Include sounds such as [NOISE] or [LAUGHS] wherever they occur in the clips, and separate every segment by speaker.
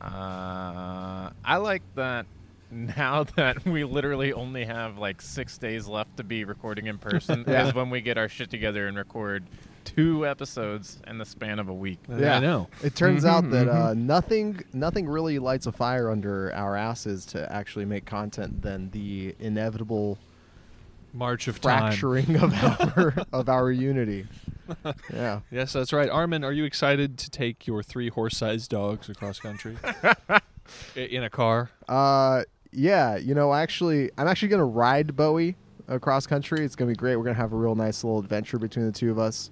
Speaker 1: Uh, I like that [LAUGHS] now that we literally only have like six days left to be recording in [LAUGHS] person
Speaker 2: Yeah.
Speaker 1: is when we get our shit together and record two episodes in the span of a week.
Speaker 2: Yeah.
Speaker 3: I know.
Speaker 2: It turns out that uh, nothing nothing really lights a fire under our asses to actually make content than the inevitable
Speaker 3: March of time.
Speaker 2: fracturing
Speaker 3: [LAUGHS]
Speaker 2: of our of our unity. Yeah.
Speaker 3: Yes, that's right. Armin, are you excited to take your three horse-sized dogs
Speaker 1: [LAUGHS]
Speaker 3: across country I- in a car?
Speaker 2: Uh, yeah, you know, actually, I'm actually gonna ride Bowie across country. It's gonna be great. We're gonna have a real nice little adventure between the two of us.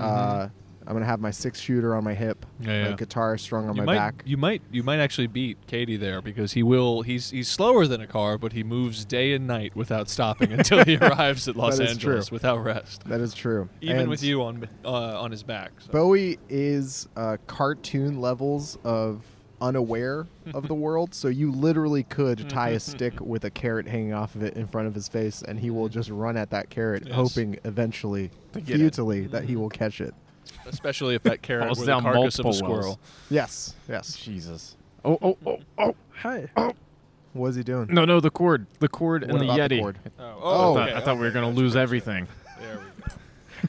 Speaker 2: Uh, I'm gonna have my six shooter on my hip,
Speaker 3: Mm-hmm. Yeah,
Speaker 2: my
Speaker 3: yeah.
Speaker 2: guitar strung on
Speaker 3: you
Speaker 2: my
Speaker 3: might,
Speaker 2: back.
Speaker 3: You might, you might actually beat Katie there because he will. He's he's slower than a car, but he moves day and night without stopping until
Speaker 2: [LAUGHS]
Speaker 3: he arrives at Los
Speaker 2: That is
Speaker 3: Angeles
Speaker 2: true.
Speaker 3: without rest,
Speaker 2: That is true.
Speaker 3: even
Speaker 2: And
Speaker 3: with you on uh, on his back. so.
Speaker 2: Bowie is uh, cartoon levels of unaware of
Speaker 3: [LAUGHS]
Speaker 2: the world, so you literally
Speaker 3: Mm-hmm,
Speaker 2: could tie a stick with a carrot hanging off of it in front of his face, and he will just run at that carrot,
Speaker 3: Mm-hmm. Yes.
Speaker 2: hoping eventually,
Speaker 1: get it.
Speaker 2: futilely, that
Speaker 3: Mm-hmm.
Speaker 2: he will catch it.
Speaker 3: especially
Speaker 2: [LAUGHS]
Speaker 3: if that carrot
Speaker 1: Falls
Speaker 3: were the
Speaker 1: down
Speaker 3: carcass of a
Speaker 1: multiple wells.
Speaker 3: squirrel.
Speaker 2: Yes, yes.
Speaker 1: Jesus. Oh, oh, oh, oh.
Speaker 2: Hi. What is he doing?
Speaker 1: No, no, the cord. The cord and
Speaker 2: What
Speaker 1: the
Speaker 2: about
Speaker 1: Yeti.
Speaker 2: the cord?
Speaker 3: Oh,
Speaker 1: I
Speaker 2: Oh,
Speaker 1: thought,
Speaker 2: okay,
Speaker 1: I thought we were going to lose everything.
Speaker 3: There we go.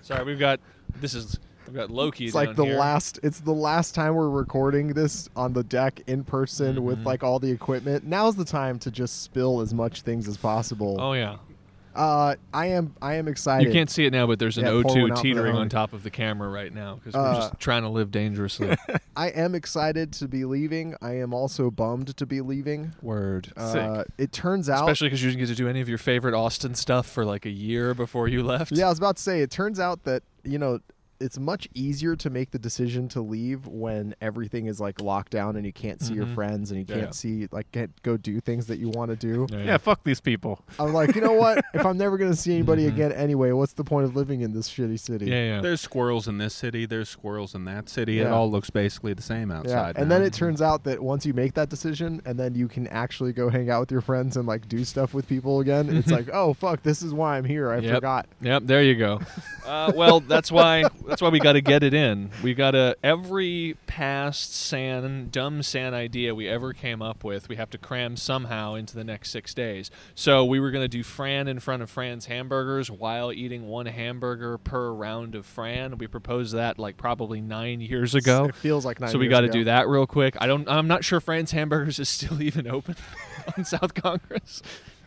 Speaker 3: Sorry, we've got this is we've got Loki.
Speaker 2: It's like
Speaker 3: down
Speaker 2: the
Speaker 3: here.
Speaker 2: last. It's the last time we're recording this on the deck in person with
Speaker 3: Mm-hmm.
Speaker 2: like all the equipment. Now's the time to just spill as much things as possible.
Speaker 3: Oh yeah,
Speaker 2: Uh, I am. I am excited.
Speaker 3: you can't see it now, but there's an
Speaker 2: Yeah, pour one out
Speaker 3: O2
Speaker 2: for the
Speaker 3: teetering on
Speaker 2: homie.
Speaker 3: top of the camera right now because
Speaker 2: Uh,
Speaker 3: we're just trying to live
Speaker 2: [LAUGHS]
Speaker 3: dangerously.
Speaker 2: I am excited to be leaving. I am also bummed to be leaving.
Speaker 3: Word.
Speaker 2: Uh, it turns out.
Speaker 3: Especially because you didn't get to do any of your favorite Austin stuff for like a year before you left.
Speaker 2: yeah, I was about to say. It turns out that you know it's much easier to make the decision to leave when everything is like locked down and you can't see your friends and you
Speaker 3: Mm-hmm. Yeah.
Speaker 2: can't see like can't go do things that you want to do.
Speaker 3: Yeah.
Speaker 1: Yeah, fuck these people.
Speaker 2: I'm like, you know what? If I'm never gonna
Speaker 3: [LAUGHS]
Speaker 2: see anybody
Speaker 3: Mm-hmm.
Speaker 2: again anyway, what's the point of living in this shitty city?
Speaker 3: Yeah, yeah.
Speaker 4: There's squirrels in this city. There's squirrels in that city. It
Speaker 2: Yeah.
Speaker 4: all looks basically the same
Speaker 2: Yeah.
Speaker 4: outside.
Speaker 2: And
Speaker 4: now.
Speaker 2: then it turns out that once you make that decision and then you can actually go hang out with your friends and like do stuff with people again, it's like, oh fuck, this is why I'm here. I
Speaker 3: Mm-hmm. Yep.
Speaker 2: forgot.
Speaker 3: Yep, there you go. [LAUGHS] Uh, well, that's why that's why we got to get it in. We got to every past san dumb san idea we ever came up with, we have to cram somehow into the next 6 days. So, we were going to do Fran in front of Fran's hamburgers while eating one hamburger per round of Fran. We proposed that like probably 9 years ago.
Speaker 2: It feels like nine.
Speaker 3: so we
Speaker 2: got
Speaker 3: got to do that real quick. I don't. I'm not sure Fran's Hamburgers is still [LAUGHS] even open on South Congress.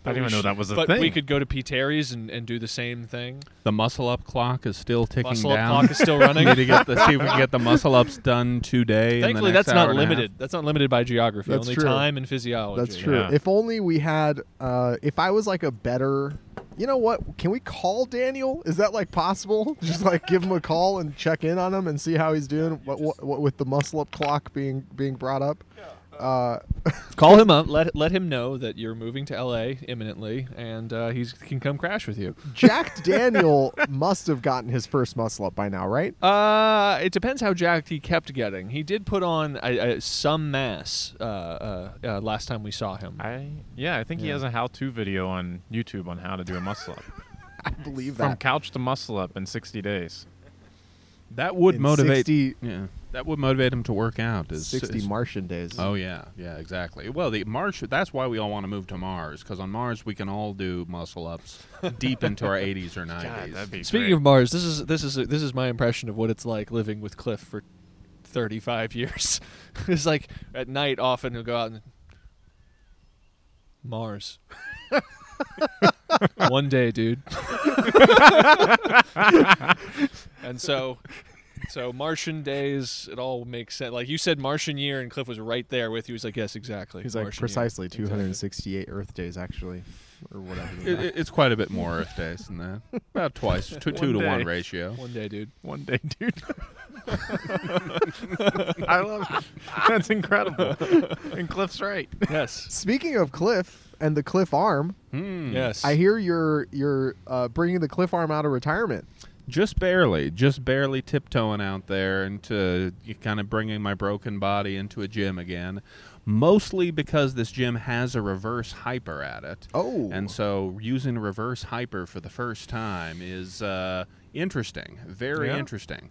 Speaker 1: I didn't even know that was a
Speaker 3: but
Speaker 1: thing.
Speaker 3: we could go to P. Terry's and, and do the same thing.
Speaker 4: the muscle up clock is still ticking
Speaker 3: Muscle up
Speaker 4: down.
Speaker 3: clock is
Speaker 4: [LAUGHS]
Speaker 3: still running.
Speaker 4: Need to get the, see if we can get the muscle ups done today. in the
Speaker 3: Thankfully,
Speaker 4: next
Speaker 3: that's not
Speaker 4: hour and a half.
Speaker 3: limited. That's not limited by geography.
Speaker 2: That's
Speaker 3: only
Speaker 2: true.
Speaker 3: time and physiology.
Speaker 2: That's true.
Speaker 4: Yeah.
Speaker 2: If only we had. Uh, if I was like a better. You know what? Can we call Daniel? Is that like possible? [LAUGHS] Just like give him a call and check in on him and see how he's doing. What, what, what with the muscle up clock being being brought up. Uh,
Speaker 3: Call him up. Let let him know that you're moving to L.A. imminently, and uh, he can come crash with you.
Speaker 2: Hmm. Jack
Speaker 3: [LAUGHS]
Speaker 2: Daniel must have gotten his first muscle up by now, right?
Speaker 3: Uh, it depends how jacked he kept getting. He did put on uh, uh, some mass uh, uh, uh, last time we saw him.
Speaker 1: I yeah, I think he has a how-to video on YouTube on how to do a muscle [LAUGHS] up.
Speaker 2: I believe
Speaker 1: From
Speaker 2: that.
Speaker 1: couch to muscle up in 60 days.
Speaker 4: That would
Speaker 2: In
Speaker 4: motivate.
Speaker 2: 60
Speaker 4: yeah, that would motivate him to work out. Is,
Speaker 2: Sixty
Speaker 4: is-
Speaker 2: Martian days.
Speaker 4: Oh yeah, yeah, exactly. Well, the Mars. That's why we all want to move to Mars because on Mars we can all do
Speaker 3: [LAUGHS]
Speaker 4: muscle ups deep into our 80s or 90s.
Speaker 1: God, that'd be
Speaker 3: Speaking
Speaker 1: great.
Speaker 3: of Mars, this is this is this is my impression of what it's like living with Cliff for 35 [LAUGHS] years. it's like at night often he'll go out and Mars. [LAUGHS] One day, dude. [LAUGHS] and so so Martian days, it all makes sense. Like you said Martian year and Cliff was right there with you. He was like, "Yes, exactly."
Speaker 2: He's like
Speaker 3: Martian year."
Speaker 2: precisely two hundred and
Speaker 3: Exactly.
Speaker 2: sixty-eight Earth days, actually, or whatever. the-
Speaker 4: It, it- it's quite a bit more Earth days than that. About twice,
Speaker 3: [LAUGHS]
Speaker 4: two, two to
Speaker 1: One
Speaker 4: one
Speaker 1: day.
Speaker 4: ratio.
Speaker 3: One day, dude.
Speaker 1: One day, [LAUGHS] dude. I love it. That's incredible. And Cliff's right.
Speaker 3: Yes.
Speaker 2: Speaking of Cliff and the Cliff Arm,
Speaker 4: Hmm.
Speaker 3: yes.
Speaker 4: [LAUGHS]
Speaker 2: I hear you're you're uh, bringing the Cliff Arm out of retirement.
Speaker 4: just barely, just barely tiptoeing out there into kind of bringing my broken body into a gym again. Mostly because this gym has a reverse hyper at it.
Speaker 2: Oh.
Speaker 4: And so using reverse hyper for the first time is uh, interesting. Very
Speaker 3: Yeah?
Speaker 4: interesting.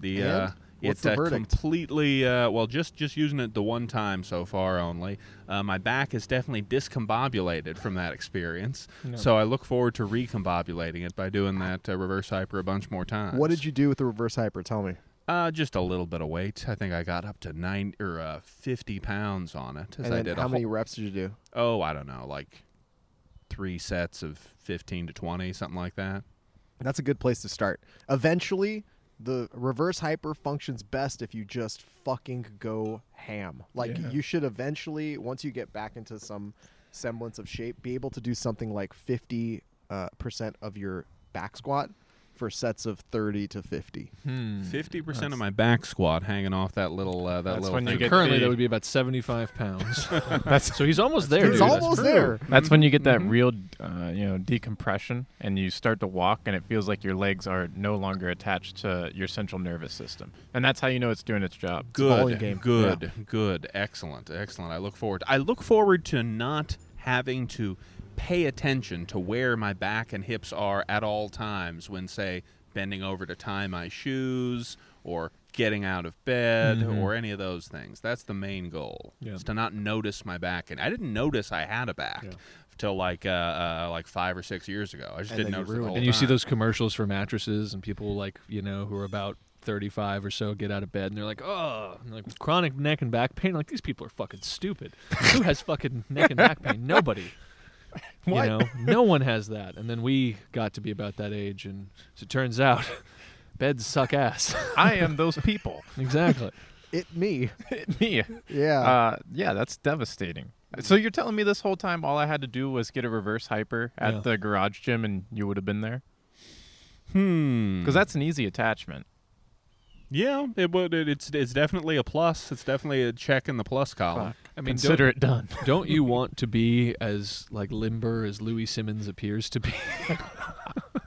Speaker 4: The uh,
Speaker 2: What's
Speaker 4: it
Speaker 2: the
Speaker 4: uh,
Speaker 2: verdict?
Speaker 4: completely uh, well just just using it the one time so far only. Uh, my back is definitely discombobulated from that experience. So I look forward to recombobulating it by doing that uh, reverse hyper a bunch more times.
Speaker 2: What did you do with the reverse hyper? Tell me.
Speaker 4: Uh, just a little bit of weight. I think I got up to nine or uh, fifty pounds on it. As
Speaker 2: and
Speaker 4: I
Speaker 2: then
Speaker 4: did
Speaker 2: how
Speaker 4: a
Speaker 2: many
Speaker 4: whole,
Speaker 2: reps did you do?
Speaker 4: oh, I don't know, like three sets of fifteen to twenty, something like that.
Speaker 2: That's a good place to start. Eventually, the reverse hyper functions best if you just fucking go ham. Like
Speaker 3: Yeah.
Speaker 2: you should eventually, once you get back into some semblance of shape, be able to do something like fifty uh, percent of your back squat for sets of thirty to fifty.
Speaker 3: Hmm.
Speaker 4: Fifty percent of my back squat hanging off that little uh, that
Speaker 1: Mm. That's
Speaker 4: little
Speaker 1: when you
Speaker 4: thing.
Speaker 1: get
Speaker 3: Currently,
Speaker 1: the-
Speaker 3: that would be about
Speaker 2: [LAUGHS]
Speaker 3: 75 pounds.
Speaker 1: [LAUGHS] That's
Speaker 3: so he's almost there.
Speaker 2: He's
Speaker 3: dude. That's
Speaker 2: almost
Speaker 3: brutal.
Speaker 2: there.
Speaker 1: that's when you get that
Speaker 3: Mhm.
Speaker 1: real, uh, you know, decompression, and you start to walk, and it feels like your legs are no longer attached to your central nervous system, and that's how you know it's doing its job.
Speaker 4: good,
Speaker 2: bowling game.
Speaker 4: good, good, excellent, excellent. I look forward. I look forward to not having to pay attention to where my back and hips are at all times when, say, bending over to tie my shoes or getting out of bed or any of those things. That's the main goal.
Speaker 3: Yeah.
Speaker 4: Is to not notice my back, and I didn't notice I had a back.
Speaker 3: Yeah.
Speaker 4: Till like uh, uh, like five or six years ago, I just
Speaker 2: And then you
Speaker 4: didn't notice it the
Speaker 2: ruined
Speaker 4: whole
Speaker 3: And you see
Speaker 4: time.
Speaker 3: those commercials for mattresses and people like, you know, who are about 35 or so get out of bed and they're like, oh, and like chronic neck and back pain. Like, these people are fucking stupid. [LAUGHS] who has fucking neck and back pain? Nobody. [LAUGHS]
Speaker 1: What?
Speaker 3: You know, no one has that. And then we got to be about that age. And as it turns out, [LAUGHS] beds suck ass. [LAUGHS]
Speaker 1: I am those [LAUGHS] people.
Speaker 3: exactly.
Speaker 2: It me,
Speaker 1: Me.
Speaker 2: yeah.
Speaker 1: Uh, yeah, that's devastating. So you're telling me this whole time all I had to do was get a reverse hyper at
Speaker 3: Yeah.
Speaker 1: the garage gym, and you would have been there?
Speaker 4: Hmm.
Speaker 1: Because that's an easy attachment.
Speaker 4: Yeah, it would. It, it's it's definitely a plus. It's definitely a check in the plus column.
Speaker 3: I mean, don't-
Speaker 1: Consider it done.
Speaker 3: Don't you want to be as like limber as Louis Simmons appears to be?
Speaker 1: [LAUGHS]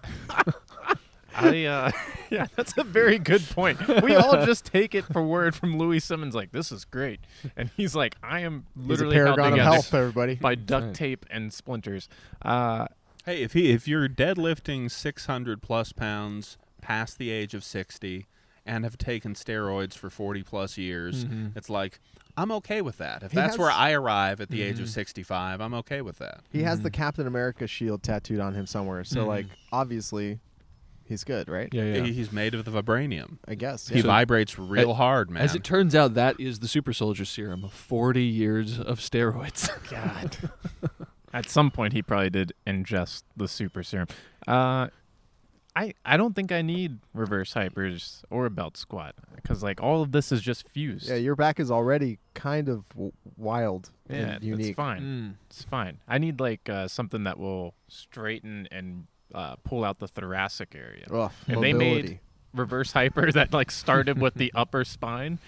Speaker 1: I uh, [LAUGHS] yeah, that's a very good point. We
Speaker 2: [LAUGHS]
Speaker 1: all just take it for word from Louis Simmons, like this is great, and he's like, I am
Speaker 2: He's a
Speaker 1: literally held
Speaker 2: paragon of
Speaker 1: together
Speaker 2: health,
Speaker 1: [LAUGHS]
Speaker 2: everybody.
Speaker 1: by duct
Speaker 3: Right.
Speaker 1: tape and splinters. Uh,
Speaker 4: Hey, if he if you're deadlifting 600 plus pounds past the age of 60 and have taken steroids for 40 plus years, it's like I'm okay with that. If
Speaker 2: He
Speaker 4: that's
Speaker 2: has-
Speaker 4: where I arrive at the age of 65, I'm okay with that.
Speaker 2: He
Speaker 3: Mm-hmm.
Speaker 2: has the Captain America shield tattooed on him somewhere, so like obviously, he's good, right?
Speaker 3: Yeah, [LAUGHS]
Speaker 4: He- He's made of the vibranium.
Speaker 2: I guess.
Speaker 4: He
Speaker 2: yeah.
Speaker 4: vibrates real hard, man.
Speaker 3: As it turns out, that is the super soldier serum. Forty years
Speaker 1: [LAUGHS]
Speaker 3: of steroids.
Speaker 2: [LAUGHS]
Speaker 1: God. At some point, he probably did ingest the super serum. Uh, I I don't think I need reverse hypers or a belt squat because like all of this is just fused.
Speaker 2: Yeah, your back is already kind of w- wild
Speaker 1: yeah,
Speaker 2: and unique.
Speaker 1: it's fine. It's fine. I need like uh, something that will straighten and uh, pull out the thoracic area.
Speaker 2: Ugh,
Speaker 1: and they made
Speaker 2: mobility.
Speaker 1: [LAUGHS] reverse hyper [LAUGHS] that like started with
Speaker 3: [LAUGHS]
Speaker 1: the upper spine.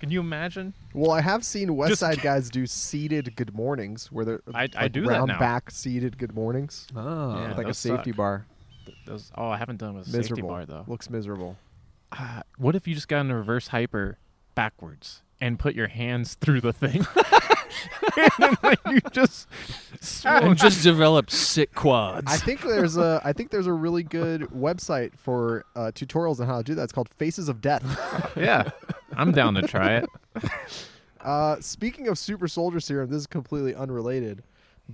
Speaker 1: Can you imagine?
Speaker 2: Well, I have seen West
Speaker 1: Just-
Speaker 2: Side guys do seated good mornings where they're
Speaker 1: I- I
Speaker 2: like,
Speaker 1: do that
Speaker 2: round
Speaker 1: now.
Speaker 2: back seated good mornings
Speaker 3: Oh,
Speaker 1: Yeah.
Speaker 2: with like a
Speaker 1: those
Speaker 2: safety
Speaker 1: suck.
Speaker 2: bar.
Speaker 1: Th- Those, oh, I haven't done it with a safety
Speaker 2: Miserable.
Speaker 1: bar though.
Speaker 2: Looks miserable.
Speaker 1: uh, what if you just got in a reverse hyper backwards and put your hands through the
Speaker 3: [LAUGHS]
Speaker 1: thing? and then, like, you just swung.
Speaker 3: and just develop sick
Speaker 2: I
Speaker 3: quads.
Speaker 2: think there's a I think there's a really good website for uh, tutorials on how to do that. It's called Faces of Death.
Speaker 1: [LAUGHS] yeah. I'm down to try it.
Speaker 2: Uh, speaking of super soldier serum, this is completely unrelated,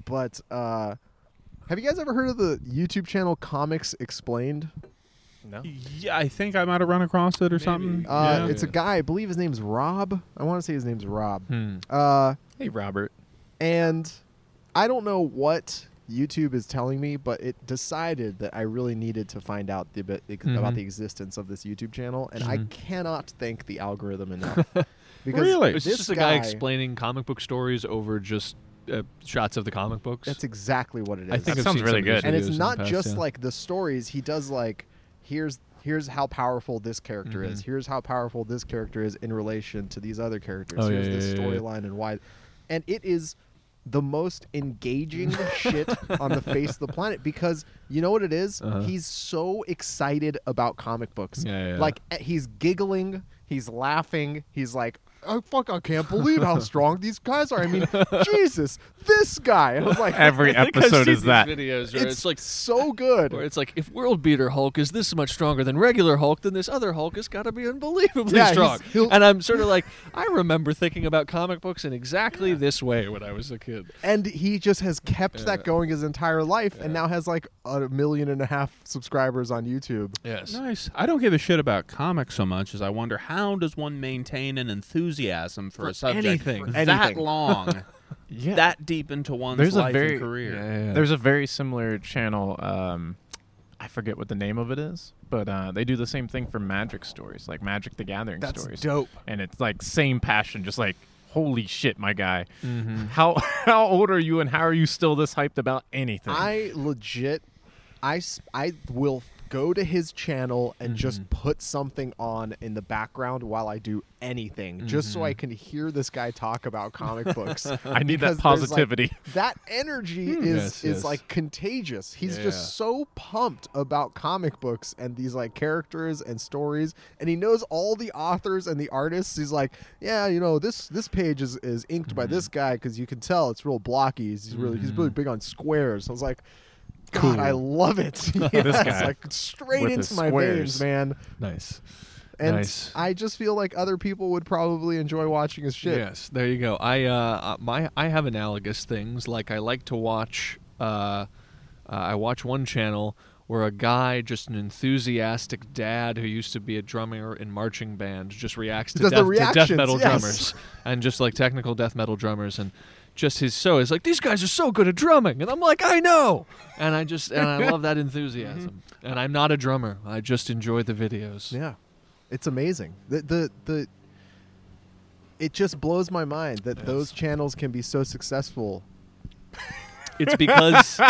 Speaker 2: but uh, have you guys ever heard of the YouTube channel Comics Explained?
Speaker 1: No.
Speaker 4: yeah, I think I might have run across it or something.
Speaker 2: Uh,
Speaker 4: yeah.
Speaker 2: It's a guy, I believe his name's Rob. I want to say his name's Rob.
Speaker 3: Hmm.
Speaker 2: Uh,
Speaker 1: Hey, Robert.
Speaker 2: and I don't know what YouTube is telling me, but it decided that I really needed to find out the bit ex- about
Speaker 3: Mhm.
Speaker 2: the existence of this YouTube channel, and
Speaker 3: Mm-hmm.
Speaker 2: I cannot thank the algorithm
Speaker 3: [LAUGHS]
Speaker 2: enough. because
Speaker 4: Really?
Speaker 3: It's
Speaker 2: this
Speaker 3: just a guy, explaining comic book stories over just uh, shots of the comic books.
Speaker 2: That's exactly what it is.
Speaker 3: I think
Speaker 1: That
Speaker 3: I've
Speaker 1: sounds
Speaker 3: seen
Speaker 1: really
Speaker 3: some of these
Speaker 1: good.
Speaker 2: and
Speaker 3: videos
Speaker 2: it's
Speaker 3: in the
Speaker 2: not
Speaker 3: past,
Speaker 2: just
Speaker 3: yeah.
Speaker 2: like the stories he does like here's here's how powerful this character is
Speaker 3: Mm-hmm.
Speaker 2: here's how powerful this character is in relation to these other characters
Speaker 3: Oh, yeah,
Speaker 2: here's
Speaker 3: yeah,
Speaker 2: this
Speaker 3: yeah, yeah.
Speaker 2: storyline and why and it is the most
Speaker 3: [LAUGHS]
Speaker 2: engaging shit on the face of the planet because you know what it is?
Speaker 3: Uh-huh.
Speaker 2: he's so excited about comic books
Speaker 3: Yeah, yeah, yeah.
Speaker 2: like eh, he's giggling he's laughing he's like I fuck, I can't believe
Speaker 3: [LAUGHS]
Speaker 2: how strong these guys are. I mean, Jesus, this guy. [LAUGHS] And I was like,
Speaker 1: Every
Speaker 3: [LAUGHS] I think I've
Speaker 1: episode
Speaker 3: seen
Speaker 1: is that.
Speaker 3: These videos where
Speaker 2: it's,
Speaker 3: it's,
Speaker 2: [LAUGHS]
Speaker 3: like
Speaker 2: so good.
Speaker 3: where it's like if World Beater Hulk is this much stronger than regular Hulk, then this other Hulk has got to be unbelievably
Speaker 2: Yeah, he's-
Speaker 3: strong.
Speaker 2: he'll-
Speaker 3: And I'm sort of like I remember thinking about comic books in exactly this way when I was a kid.
Speaker 2: and he just has kept
Speaker 3: Yeah.
Speaker 2: that going his entire life and now has like a million and a half subscribers on YouTube.
Speaker 3: Yes.
Speaker 4: Nice. I don't give a shit about comics so much as I wonder how does one maintain an enthusiasm for, a subject
Speaker 3: anything.
Speaker 4: that
Speaker 2: Anything.
Speaker 4: long,
Speaker 1: Yeah.
Speaker 4: that deep into one's
Speaker 1: There's a
Speaker 4: life
Speaker 1: very-
Speaker 4: and career.
Speaker 1: There's a very similar channel. Um, I forget what the name of it is, but uh, they do the same thing for magic stories, like Magic the Gathering
Speaker 2: That's
Speaker 1: stories.
Speaker 2: dope.
Speaker 1: And it's like same passion, just like holy shit, my guy.
Speaker 3: Mm-hmm.
Speaker 1: How [LAUGHS] how old are you, and how are you still this hyped about anything?
Speaker 2: I legit, I s- I will go to his channel and just put something on in the background while I do anything, just so I can hear this guy talk about comic [LAUGHS] books.
Speaker 1: I need that
Speaker 2: because there's, like,
Speaker 1: positivity.
Speaker 2: [LAUGHS]
Speaker 1: Hmm.
Speaker 2: that energy is
Speaker 3: Yes,
Speaker 2: is
Speaker 3: yes.
Speaker 2: like contagious. He's
Speaker 3: Yeah.
Speaker 2: just so pumped about comic books and these like characters and stories, and he knows all the authors and the artists. He's like, yeah, you know this this page is is inked by this
Speaker 1: Mm-hmm.
Speaker 2: guy because you can tell it's real blocky. He's he's really he's really big on squares. I was like. God,
Speaker 1: Cool.
Speaker 2: I
Speaker 1: [LAUGHS]
Speaker 2: love it. [LAUGHS] Yeah, it's
Speaker 1: guy
Speaker 2: like straight
Speaker 1: with his
Speaker 2: into my veins,
Speaker 1: squares.
Speaker 2: man.
Speaker 3: Nice.
Speaker 2: And
Speaker 3: Nice.
Speaker 2: I just feel like other people would probably enjoy watching his shit.
Speaker 3: Yes, there you go. I uh, uh, my I have analogous things. Like I like to watch. Uh, uh, I watch one channel where a guy, just an enthusiastic dad who used to be a drummer in marching band, just reacts to,
Speaker 2: Does the
Speaker 3: death, to death
Speaker 2: reactions,
Speaker 3: metal
Speaker 2: yes.
Speaker 3: drummers and just like technical death metal drummers and. Just his so is like these guys are so good at drumming, and I'm like I know, and I just and I
Speaker 2: [LAUGHS]
Speaker 3: love that enthusiasm, and I'm not a drummer. I just enjoy the videos.
Speaker 2: Mm-hmm. Yeah, it's amazing. The the the. It just blows my mind that those channels can be so successful. [LAUGHS]
Speaker 3: It's because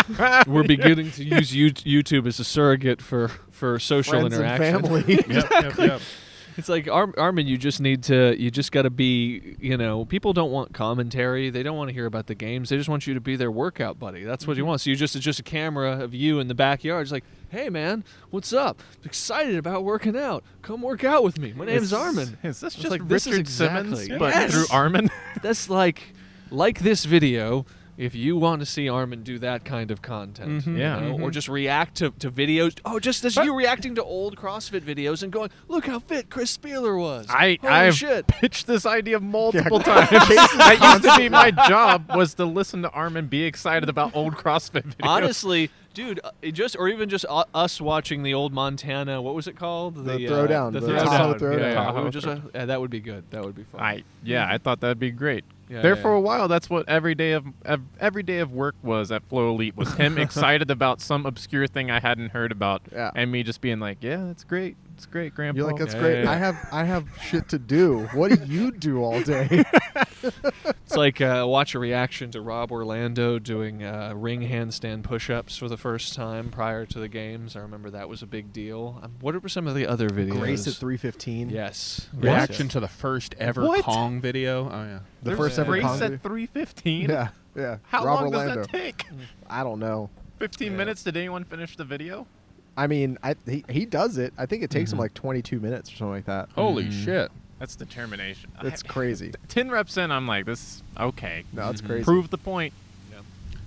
Speaker 1: [LAUGHS]
Speaker 3: we're beginning to use Yout- YouTube as a surrogate for for social
Speaker 2: Friends and
Speaker 3: interaction.
Speaker 2: family.
Speaker 1: [LAUGHS]
Speaker 2: [LAUGHS]
Speaker 4: Yep, yep, yep.
Speaker 3: [LAUGHS] It's like Ar- Armin, you just need to, you just got to be, you know, people don't want commentary. They don't want to hear about the games. They just want you to be their workout buddy. That's
Speaker 2: Mm-hmm.
Speaker 3: what you want. So you just, it's just a camera of you in the backyard. It's like, hey man, what's up? excited about working out. Come work out with me. My name's
Speaker 1: Is-
Speaker 3: Armin.
Speaker 1: Is this
Speaker 3: It's
Speaker 1: just
Speaker 3: like,
Speaker 1: Richard
Speaker 3: this is exactly-
Speaker 1: Simmons, but
Speaker 3: Yes!
Speaker 1: through Armin? [LAUGHS]
Speaker 3: That's like, like this video. If you want to see Armin do that kind of content,
Speaker 4: Mhm.
Speaker 3: you
Speaker 1: Mm-hmm. Yeah.
Speaker 3: know, or just react to, to videos. Oh, just as you reacting to old CrossFit videos and going, look how fit Chris Spieler was.
Speaker 1: I
Speaker 3: Holy
Speaker 1: I've [LAUGHS]
Speaker 3: shit.
Speaker 1: pitched this idea multiple
Speaker 2: Yeah. [LAUGHS]
Speaker 1: times. [LAUGHS]
Speaker 2: Chase is
Speaker 1: that used to be my job was to listen to Armin be excited about old CrossFit videos.
Speaker 3: Honestly, dude, uh, it just or even just u- us watching the old Montana. What was it called?
Speaker 2: The Throwdown,
Speaker 3: the
Speaker 2: the
Speaker 3: throwdown.
Speaker 1: Tahoe
Speaker 3: Yeah,
Speaker 1: Throwdown.
Speaker 3: yeah,
Speaker 1: Tahoe
Speaker 3: we would just, uh, yeah, that would be good. That would be fun.
Speaker 1: I yeah, I thought that'd be great.
Speaker 3: Yeah,
Speaker 1: there
Speaker 3: yeah,
Speaker 1: for
Speaker 3: yeah.
Speaker 1: a while, that's what every day of ev- every day of work was at Flow Elite was
Speaker 3: [LAUGHS]
Speaker 1: him excited about some obscure thing I hadn't heard about,
Speaker 2: Yeah.
Speaker 1: and me just being like, "Yeah, that's great, it's great, Grandpa."
Speaker 2: You're like, that's
Speaker 3: Yeah,
Speaker 2: great.
Speaker 3: yeah,
Speaker 2: I have I have shit to do. What do you do all
Speaker 1: [LAUGHS]
Speaker 2: day?
Speaker 3: It's like uh, watch a reaction to Rob Orlando doing uh, ring handstand push-ups for the first time prior to the games. I remember that was a big deal. Um, what were some of the other videos?
Speaker 2: Grace at 315.
Speaker 3: Yes.
Speaker 4: Reaction to the first ever
Speaker 1: What?
Speaker 4: Kong video. Oh yeah.
Speaker 2: The
Speaker 1: There's
Speaker 2: first ever
Speaker 1: race
Speaker 2: con-
Speaker 1: at three fifteen.
Speaker 2: Yeah, yeah.
Speaker 1: How
Speaker 2: Rob
Speaker 1: long
Speaker 2: Orlando.
Speaker 1: does that take?
Speaker 2: I don't know.
Speaker 1: [LAUGHS] Fifteen
Speaker 3: Mm. Yeah.
Speaker 1: minutes. Did anyone finish the video?
Speaker 2: I mean, I he, he does it. I think it takes him
Speaker 1: Mm-hmm.
Speaker 2: like 22 minutes or something like that.
Speaker 4: [LAUGHS] Holy
Speaker 3: Mm-hmm.
Speaker 4: shit.
Speaker 1: That's determination. Oh, I-
Speaker 2: That's crazy.
Speaker 1: Ten reps in, I'm like, this okay.
Speaker 2: No, it's crazy.
Speaker 1: Mm-hmm. Prove the point.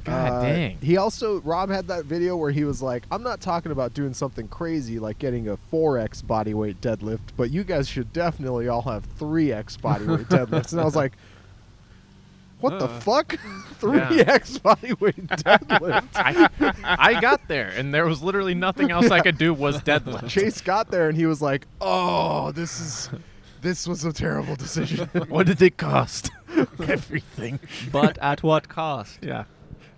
Speaker 1: God
Speaker 2: Uh,
Speaker 1: dang.
Speaker 2: He also Rob had that video where he was like, "I'm not talking about doing something crazy like getting a 4x bodyweight deadlift, but you guys should definitely all have
Speaker 1: [LAUGHS]
Speaker 2: 3x bodyweight deadlifts." And I was like, "What the
Speaker 3: Uh.
Speaker 2: fuck? [LAUGHS]
Speaker 1: [LAUGHS]
Speaker 2: 3x bodyweight deadlift?"
Speaker 1: [LAUGHS] I, I got there, and there was literally nothing else I could do was
Speaker 3: [LAUGHS]
Speaker 1: deadlift.
Speaker 2: Chase got there and he was like, "Oh, this is this was a terrible decision."
Speaker 1: [LAUGHS] What did it
Speaker 2: [LAUGHS]
Speaker 1: cost? Everything.
Speaker 3: But at what cost?
Speaker 1: Yeah,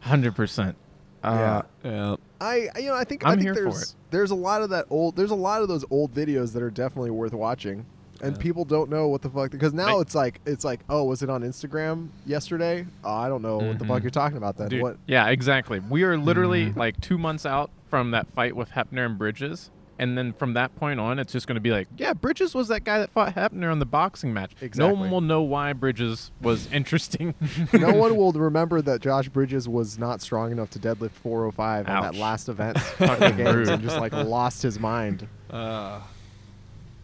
Speaker 1: hundred percent.
Speaker 2: Yeah.
Speaker 1: Uh,
Speaker 3: Yeah.
Speaker 2: I I- you know I think
Speaker 1: I'm
Speaker 2: I think
Speaker 1: here for
Speaker 2: there's
Speaker 1: it.
Speaker 2: there's a lot of that old there's a lot of those old videos that are definitely worth watching, and
Speaker 3: Yeah.
Speaker 2: people don't know what the fuck because now
Speaker 1: Ma-
Speaker 2: it's like it's like oh was it on Instagram yesterday? Oh, I don't know what the fuck
Speaker 3: Mhm.
Speaker 2: you're talking about then.
Speaker 1: Mm-hmm. dude,
Speaker 2: what
Speaker 1: Yeah, exactly. We are literally like two months out from that fight with Hepner and Bridges, and then from that point on, it's just going to be like, yeah, Bridges was that guy that fought Hepner on the boxing match. No
Speaker 2: Exactly.
Speaker 1: one will know why Bridges was [LAUGHS]
Speaker 2: [LAUGHS]
Speaker 1: interesting. [LAUGHS]
Speaker 2: no one will remember that Josh Bridges was not strong enough to deadlift 405 on that
Speaker 1: Ouch. [LAUGHS]
Speaker 2: last event of the games
Speaker 1: rude.
Speaker 2: and just like lost his mind.
Speaker 3: Uh,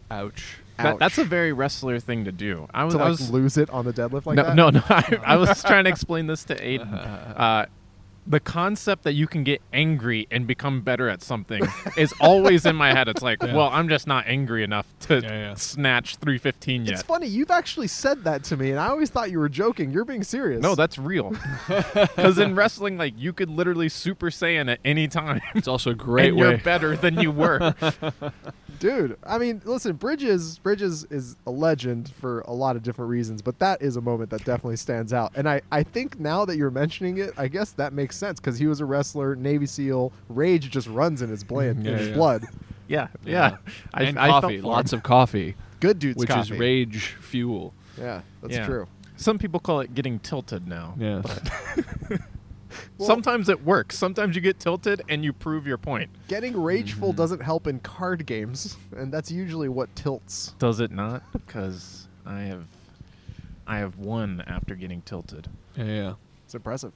Speaker 3: ouch.
Speaker 1: That, that's a
Speaker 2: Ouch.
Speaker 1: very wrestler thing to do. I was,
Speaker 2: to
Speaker 1: I
Speaker 2: like
Speaker 1: was
Speaker 2: lose it on the deadlift like
Speaker 1: no,
Speaker 2: that.
Speaker 1: no, [LAUGHS] no, I, I
Speaker 2: [LAUGHS]
Speaker 1: was trying to explain this to
Speaker 3: [LAUGHS]
Speaker 1: Aiden. Uh, the concept that you can get angry and become better at something is always in my head. It's like,
Speaker 3: Yeah.
Speaker 1: well, I'm just not angry enough to
Speaker 3: Yeah, yeah.
Speaker 1: snatch 315
Speaker 2: It's
Speaker 1: yet.
Speaker 2: funny. You've actually said that to me, and I always thought you were joking. You're being serious.
Speaker 1: No, that's
Speaker 2: [LAUGHS]
Speaker 1: real. Because in wrestling, like you could literally Super Saiyan at any
Speaker 3: [LAUGHS]
Speaker 1: time,
Speaker 3: It's also a great
Speaker 1: and you're
Speaker 3: way.
Speaker 1: better than you
Speaker 3: [LAUGHS]
Speaker 1: were.
Speaker 2: dude. I mean, listen, Bridges. Bridges is a legend for a lot of different reasons, but that is a moment that definitely stands out. And I, I think now that you're mentioning it, I guess that makes sense because he was a wrestler, Navy SEAL. Rage just runs in his blood.
Speaker 3: Mm-hmm. Yeah,
Speaker 2: in his
Speaker 3: yeah.
Speaker 2: blood.
Speaker 1: yeah, yeah. I,
Speaker 3: and
Speaker 1: I felt
Speaker 3: coffee,
Speaker 1: for
Speaker 3: lots
Speaker 1: him.
Speaker 3: of coffee,
Speaker 2: Good dude's
Speaker 3: which
Speaker 2: coffee.
Speaker 3: is rage fuel.
Speaker 2: Yeah, that's
Speaker 1: Yeah.
Speaker 2: true.
Speaker 1: Some people call it getting tilted now.
Speaker 3: Yeah.
Speaker 2: Well-
Speaker 1: Sometimes it works. Sometimes you get tilted and you prove your point.
Speaker 2: Getting rageful
Speaker 3: Mm-hmm.
Speaker 2: doesn't help in card games, and that's usually what tilts.
Speaker 1: Does it not? Because I have, I have won after getting tilted.
Speaker 3: [LAUGHS]
Speaker 1: [LAUGHS]
Speaker 3: yeah, yeah,
Speaker 2: It's impressive.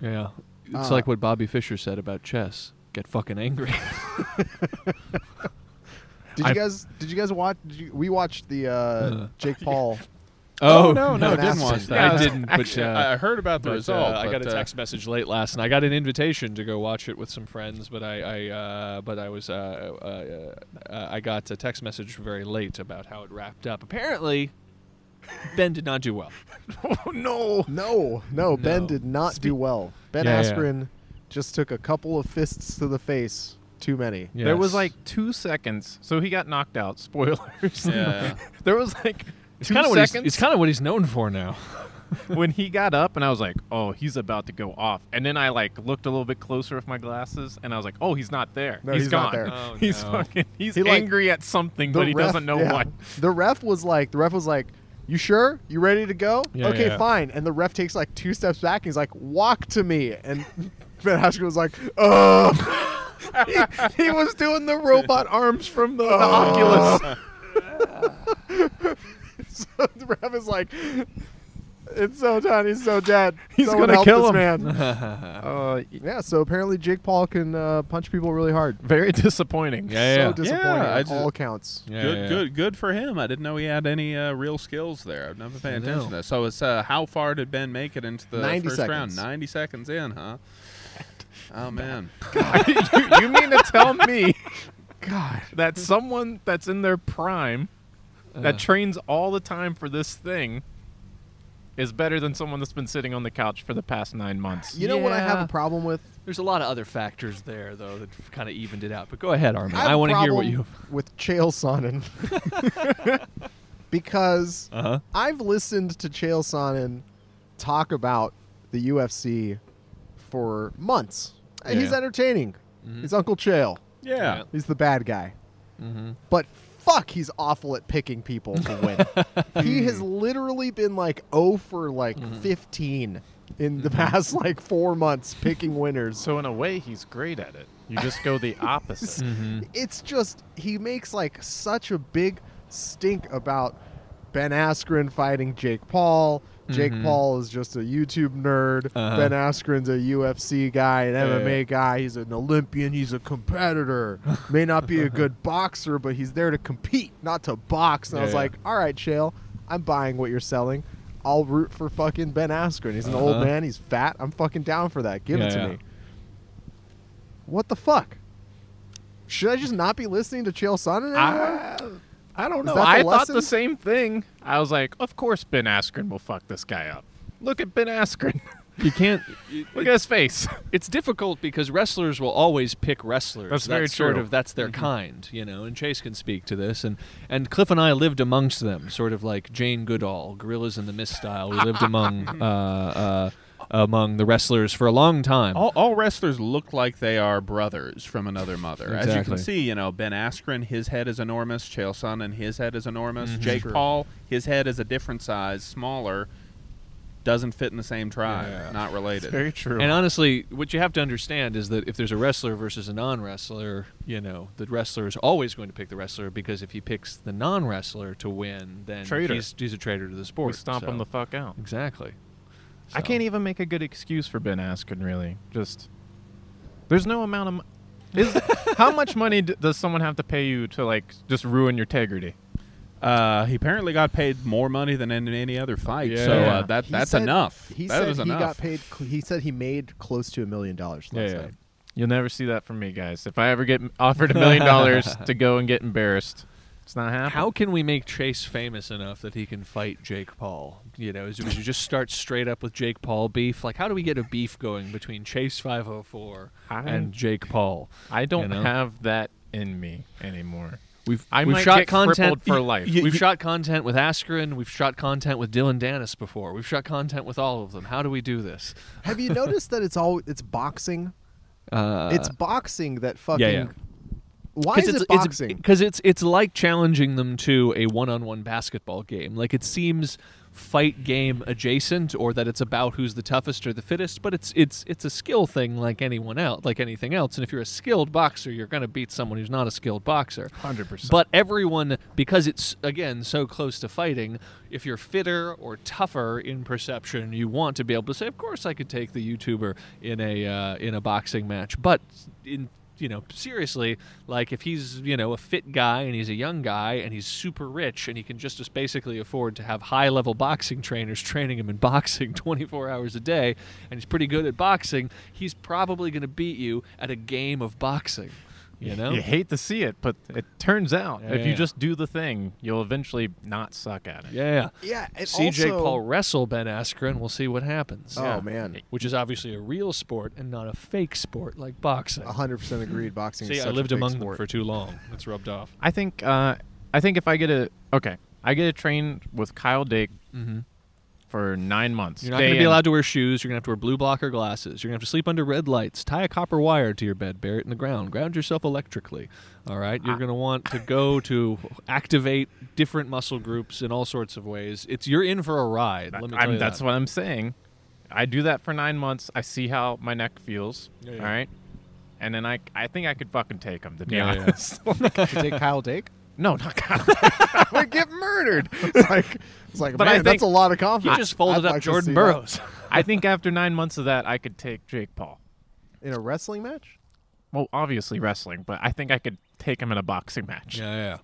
Speaker 3: yeah. It's
Speaker 2: Uh,
Speaker 3: like what Bobby Fischer said about chess: get fucking angry.
Speaker 2: Did
Speaker 1: I-
Speaker 2: you guys? Did you guys watch? Did you, we watched the uh,
Speaker 3: Uh.
Speaker 2: Jake
Speaker 3: [LAUGHS]
Speaker 2: Paul.
Speaker 3: oh,
Speaker 2: no, no,
Speaker 4: I
Speaker 2: an
Speaker 4: didn't
Speaker 2: accident.
Speaker 4: watch that.
Speaker 1: Yeah,
Speaker 3: I didn't, but,
Speaker 4: Actually,
Speaker 3: uh,
Speaker 4: I I heard about the
Speaker 3: But, uh,
Speaker 4: result.
Speaker 3: I
Speaker 4: but,
Speaker 3: got a
Speaker 4: uh,
Speaker 3: text message late last, and I got an invitation to go watch it with some friends. But I, I uh, but I was, uh, uh, uh, I got a text message very late about how it wrapped up. Apparently, Ben did not do well.
Speaker 1: Oh no!
Speaker 2: No, no, Ben
Speaker 3: No.
Speaker 2: did not do well. Ben
Speaker 3: Yeah, yeah.
Speaker 2: Askren just took a couple of fists to the face. Too many.
Speaker 1: There was like two seconds, so he got knocked out. [LAUGHS] Spoilers.
Speaker 4: Yeah.
Speaker 1: [LAUGHS] there was like
Speaker 3: it's
Speaker 1: two
Speaker 3: kind of what he's,
Speaker 1: seconds
Speaker 3: it's kind of what he's known for now.
Speaker 1: [LAUGHS] when he got up, and I was like, "Oh, he's about to go off." And then I like looked a little bit closer with my glasses, and I was like, "Oh, he's not there.
Speaker 2: No, he's
Speaker 1: gone.
Speaker 2: not there.
Speaker 3: Oh,
Speaker 1: he's
Speaker 3: no.
Speaker 1: fucking. He's
Speaker 2: He, like-
Speaker 1: angry at something,
Speaker 2: The
Speaker 1: but he
Speaker 2: ref-
Speaker 1: doesn't know
Speaker 2: yeah. [LAUGHS]
Speaker 1: what."
Speaker 2: The ref was like, the ref was like, "You sure? You ready to go?
Speaker 3: Yeah,
Speaker 2: okay,
Speaker 3: yeah.
Speaker 2: fine." And the ref takes like two steps back. And he's like, "Walk to me." And [LAUGHS] Ben Askren was like, "Ugh." [LAUGHS]
Speaker 1: he, he was doing the robot arms from the, the
Speaker 2: Oh.
Speaker 1: Oculus.
Speaker 2: [LAUGHS] so the ref is like, "It's so done. He's so dead.
Speaker 1: He's
Speaker 2: Someone
Speaker 1: gonna
Speaker 2: help
Speaker 1: kill
Speaker 2: this
Speaker 1: him." [LAUGHS]
Speaker 2: man."
Speaker 3: yeah,
Speaker 1: Uh, y-
Speaker 2: Yeah. So apparently Jake Paul can uh, punch people really hard.
Speaker 1: very disappointing.
Speaker 3: Yeah, yeah.
Speaker 2: So disappointing
Speaker 4: Yeah, I
Speaker 2: on
Speaker 4: just-
Speaker 2: all counts.
Speaker 4: Good, good, good for him. I didn't know he had any uh, real skills there. I've never paid
Speaker 3: I
Speaker 4: attention
Speaker 3: know.
Speaker 4: to that. So it's uh, how far did Ben make it into the
Speaker 2: 90
Speaker 4: first round?
Speaker 2: seconds.
Speaker 4: Ninety seconds in, huh? Oh man,
Speaker 1: [LAUGHS] you, you mean to tell me
Speaker 2: God.
Speaker 1: that someone that's in their prime that trains all the time for this thing is better than someone that's been sitting on the couch for the past nine months?
Speaker 2: You know what I have
Speaker 3: Yeah.
Speaker 2: a problem with?
Speaker 3: Uh, There's a lot of other factors there though that kind of evened it out. But go ahead, Armin.
Speaker 2: have
Speaker 3: I,
Speaker 2: a
Speaker 3: want to hear what
Speaker 2: problem [LAUGHS]
Speaker 3: you.
Speaker 2: with Chael
Speaker 3: [LAUGHS]
Speaker 2: Sonnen because
Speaker 3: Uh huh.
Speaker 2: I've listened to Chael Sonnen talk about the UFC for months. And He's
Speaker 3: Yeah. Mm-hmm.
Speaker 2: entertaining. He's Uncle Chael.
Speaker 4: yeah.
Speaker 3: Yeah.
Speaker 2: He's the bad guy.
Speaker 3: Mm-hmm.
Speaker 2: But fuck, he's awful at picking people to win. he has literally been like 0 for like 15 in the past like 4 months picking winners.
Speaker 1: So in a way, he's great at it. You just go the [LAUGHS] opposite. Mm-hmm.
Speaker 3: Mm-hmm.
Speaker 2: it's just he makes like such a big stink about Ben Askren fighting Jake Paul. Jake Paul is just a YouTube nerd.
Speaker 3: Mm-hmm. Uh-huh.
Speaker 2: Ben Askren's a UFC guy, an
Speaker 3: yeah,
Speaker 2: MMA guy. He's an Olympian. He's a
Speaker 3: [LAUGHS]
Speaker 2: competitor. May not be a good boxer, but he's there to compete, not to box. And I
Speaker 3: Yeah,
Speaker 2: was
Speaker 3: yeah.
Speaker 2: like, all right, Shale, I'm buying what you're selling. I'll root for fucking Ben Askren. He's an
Speaker 3: Uh-huh.
Speaker 2: old man. He's fat. I'm fucking down for that. Give
Speaker 3: Yeah,
Speaker 2: it to
Speaker 3: yeah.
Speaker 2: me. What the fuck? Should I just not be listening to Chael Sonnen
Speaker 3: Ah,
Speaker 2: anymore?
Speaker 1: I, I don't
Speaker 2: Is
Speaker 1: know.
Speaker 2: that the
Speaker 1: I thought
Speaker 2: lesson?
Speaker 1: the same thing. I was like, of course Ben Askren will fuck this guy up. Look at Ben Askren. [LAUGHS]
Speaker 3: [LAUGHS] You can't.
Speaker 1: Look at his face.
Speaker 3: it's difficult because wrestlers will always pick wrestlers.
Speaker 1: That's very
Speaker 3: sort
Speaker 1: true. Mm-hmm.
Speaker 3: of that's their kind, you know. And Chase can speak to this, and and Cliff and I lived amongst them, sort of like Jane Goodall, Gorillas in the Mist style. We lived
Speaker 1: [LAUGHS]
Speaker 3: among uh, uh, among the wrestlers for a long time.
Speaker 4: All, all wrestlers look like they are brothers from another mother. As you
Speaker 3: Exactly.
Speaker 4: can see, you know, Ben Askren, his head is enormous. Chael Sonnen, his head is enormous. Jake
Speaker 2: Mm-hmm. True.
Speaker 4: Paul, his head is a different size, smaller, doesn't fit in the same tribe,
Speaker 3: Yeah.
Speaker 4: not related.
Speaker 1: true.
Speaker 3: And honestly, what you have to understand is that if there's a wrestler versus a non-wrestler, you know, the wrestler is always going to pick the wrestler because if he picks the non-wrestler to win, then
Speaker 1: Traitor.
Speaker 3: he's he's a traitor to the sport.
Speaker 1: we stomp
Speaker 3: so-
Speaker 1: him the fuck out.
Speaker 3: exactly.
Speaker 1: I
Speaker 3: So-
Speaker 1: can't even make a good excuse for Ben Askren. Really, just there's no amount of. mo-
Speaker 3: [LAUGHS]
Speaker 1: Is how much money d- does someone have to pay you to like just ruin your integrity?
Speaker 4: Uh, Uh, he apparently got paid more money than in any other fight,
Speaker 3: Yeah.
Speaker 4: so
Speaker 1: Yeah.
Speaker 4: uh, that
Speaker 2: He
Speaker 4: that's
Speaker 2: said-
Speaker 4: enough.
Speaker 2: He
Speaker 4: That
Speaker 2: said
Speaker 4: is
Speaker 2: he
Speaker 4: enough.
Speaker 2: got paid. cl- He said he made close to a million dollars last
Speaker 3: Yeah.
Speaker 2: night.
Speaker 1: You'll never see that from me, guys. If I ever get offered a million
Speaker 3: [LAUGHS]
Speaker 1: dollars to go and get embarrassed, it's not happening.
Speaker 3: How can we make Chase famous enough that he can fight Jake Paul? You know, is, would you just start straight up with Jake Paul beef? Like, how do we get a beef going between Chase 504
Speaker 1: I-
Speaker 3: and Jake Paul?
Speaker 1: I don't
Speaker 3: know?
Speaker 1: have that in me anymore.
Speaker 3: We've
Speaker 1: I
Speaker 3: we've
Speaker 1: might
Speaker 3: shot
Speaker 1: get crippled
Speaker 3: content
Speaker 1: for
Speaker 3: y-
Speaker 1: life.
Speaker 3: y- we've shot content with Askren. We've shot content with Dylan Dennis before. We've shot content with all of them. How do we do this?
Speaker 2: Have you noticed that it's all it's boxing?
Speaker 3: Uh,
Speaker 2: it's boxing that fucking.
Speaker 3: yeah.
Speaker 2: Why is
Speaker 3: it's,
Speaker 2: it boxing?
Speaker 3: Because it's, it's like challenging them to a one-on-one basketball game. Like it seems fight game adjacent, or that it's about who's the toughest or the fittest. But it's it's it's a skill thing, like anyone else, like anything else. And if you're a skilled boxer, you're going to beat someone who's not a skilled boxer.
Speaker 1: 100%.
Speaker 3: But everyone, because it's again so close to fighting, if you're fitter or tougher in perception, you want to be able to say, "Of course, I could take the YouTuber in a uh, in a boxing match." But in you know, seriously, like if he's you know a fit guy and he's a young guy and he's super rich and he can just as basically afford to have high level boxing trainers training him in [LAUGHS] boxing 24 hours a day, and he's pretty good at boxing, he's probably going to beat you at a game of boxing.
Speaker 1: [LAUGHS]
Speaker 3: You know,
Speaker 1: You hate to see it, but it turns out
Speaker 3: Yeah,
Speaker 1: if you
Speaker 3: yeah.
Speaker 1: just do the thing, you'll eventually not suck at it.
Speaker 3: Yeah.
Speaker 2: yeah, it
Speaker 3: See Jake
Speaker 2: also-
Speaker 3: Paul wrestle Ben Askren. We'll see what happens.
Speaker 2: Oh
Speaker 1: Yeah.
Speaker 2: man,
Speaker 3: Which is obviously a real sport and not a fake sport like boxing.
Speaker 2: hundred percent
Speaker 3: [LAUGHS]
Speaker 2: agreed. Boxing.
Speaker 3: See,
Speaker 2: is
Speaker 3: I
Speaker 2: such
Speaker 3: lived
Speaker 2: a big
Speaker 3: among
Speaker 2: sport.
Speaker 3: them for too long. It's rubbed off.
Speaker 1: I think uh, I think if I get a okay, I get a train with Kyle Dake
Speaker 3: Mm-hmm.
Speaker 1: for nine months.
Speaker 3: You're not
Speaker 1: Day
Speaker 3: going to be
Speaker 1: in.
Speaker 3: allowed to wear shoes. You're going to have to wear blue blocker glasses. You're going to have to sleep under red lights. Tie a copper wire to your bed. Bury it in the ground. Ground yourself electrically. All right.
Speaker 2: Ah.
Speaker 3: You're going to want to go to activate different muscle groups in all sorts of ways. It's you're in for a ride. Let me tell
Speaker 1: I'm-
Speaker 3: you
Speaker 1: that's
Speaker 3: that.
Speaker 1: what I'm saying. I do that for nine months. I see how my neck feels.
Speaker 3: Yeah, yeah.
Speaker 1: All right, and then I I think I could fucking take him to be
Speaker 3: Yeah, yeah.
Speaker 1: honest.
Speaker 2: [LAUGHS]
Speaker 1: [LAUGHS]
Speaker 2: Should take Kyle
Speaker 3: [LAUGHS]
Speaker 2: Dake.
Speaker 1: no, not Kyle. [LAUGHS]
Speaker 2: I get murdered. It's like, it's like,
Speaker 1: But I
Speaker 2: man,
Speaker 1: think-
Speaker 2: that's a lot of
Speaker 3: You
Speaker 2: confidence.
Speaker 3: just folded
Speaker 2: I'd
Speaker 3: up
Speaker 2: like to see
Speaker 3: Jordan
Speaker 2: that
Speaker 3: Burroughs.
Speaker 1: I think after nine months of that, I could take Jake Paul.
Speaker 2: in a wrestling match.
Speaker 1: Well, obviously wrestling, but I think I could take him in a boxing match
Speaker 3: Yeah, yeah.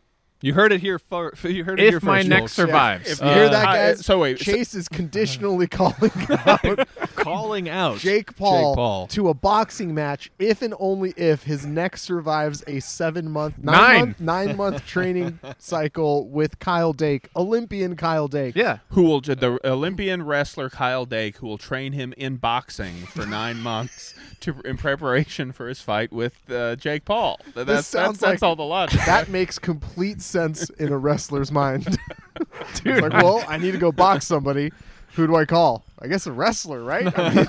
Speaker 3: You heard it here. Far, [LAUGHS] you heard it here
Speaker 1: if my
Speaker 3: first,
Speaker 1: neck
Speaker 3: folks.
Speaker 1: survives.
Speaker 4: If
Speaker 2: You hear that,
Speaker 4: Uh,
Speaker 2: guys?
Speaker 4: so wait, so-
Speaker 2: Chase is
Speaker 3: [LAUGHS]
Speaker 2: conditionally calling out
Speaker 3: calling out
Speaker 2: Jake Paul,
Speaker 3: Paul.
Speaker 2: to a boxing match if and only if his neck survives a seven month,
Speaker 1: Nine.
Speaker 2: month, nine month training cycle with Kyle Dake, Olympian Kyle Dake.
Speaker 1: yeah,
Speaker 4: who will the Olympian wrestler Kyle Dake, who will train him in boxing
Speaker 2: [LAUGHS]
Speaker 4: for nine months to in preparation for his fight with uh, Jake Paul. Th- That's
Speaker 2: sounds
Speaker 4: that's, that's
Speaker 2: like-
Speaker 4: all the logic.
Speaker 2: [LAUGHS] That makes complete sense in a wrestler's mind.
Speaker 1: dude.
Speaker 2: It's like,
Speaker 1: I-
Speaker 2: well, I need to go box somebody. Who do I call? I guess a wrestler, right? I mean,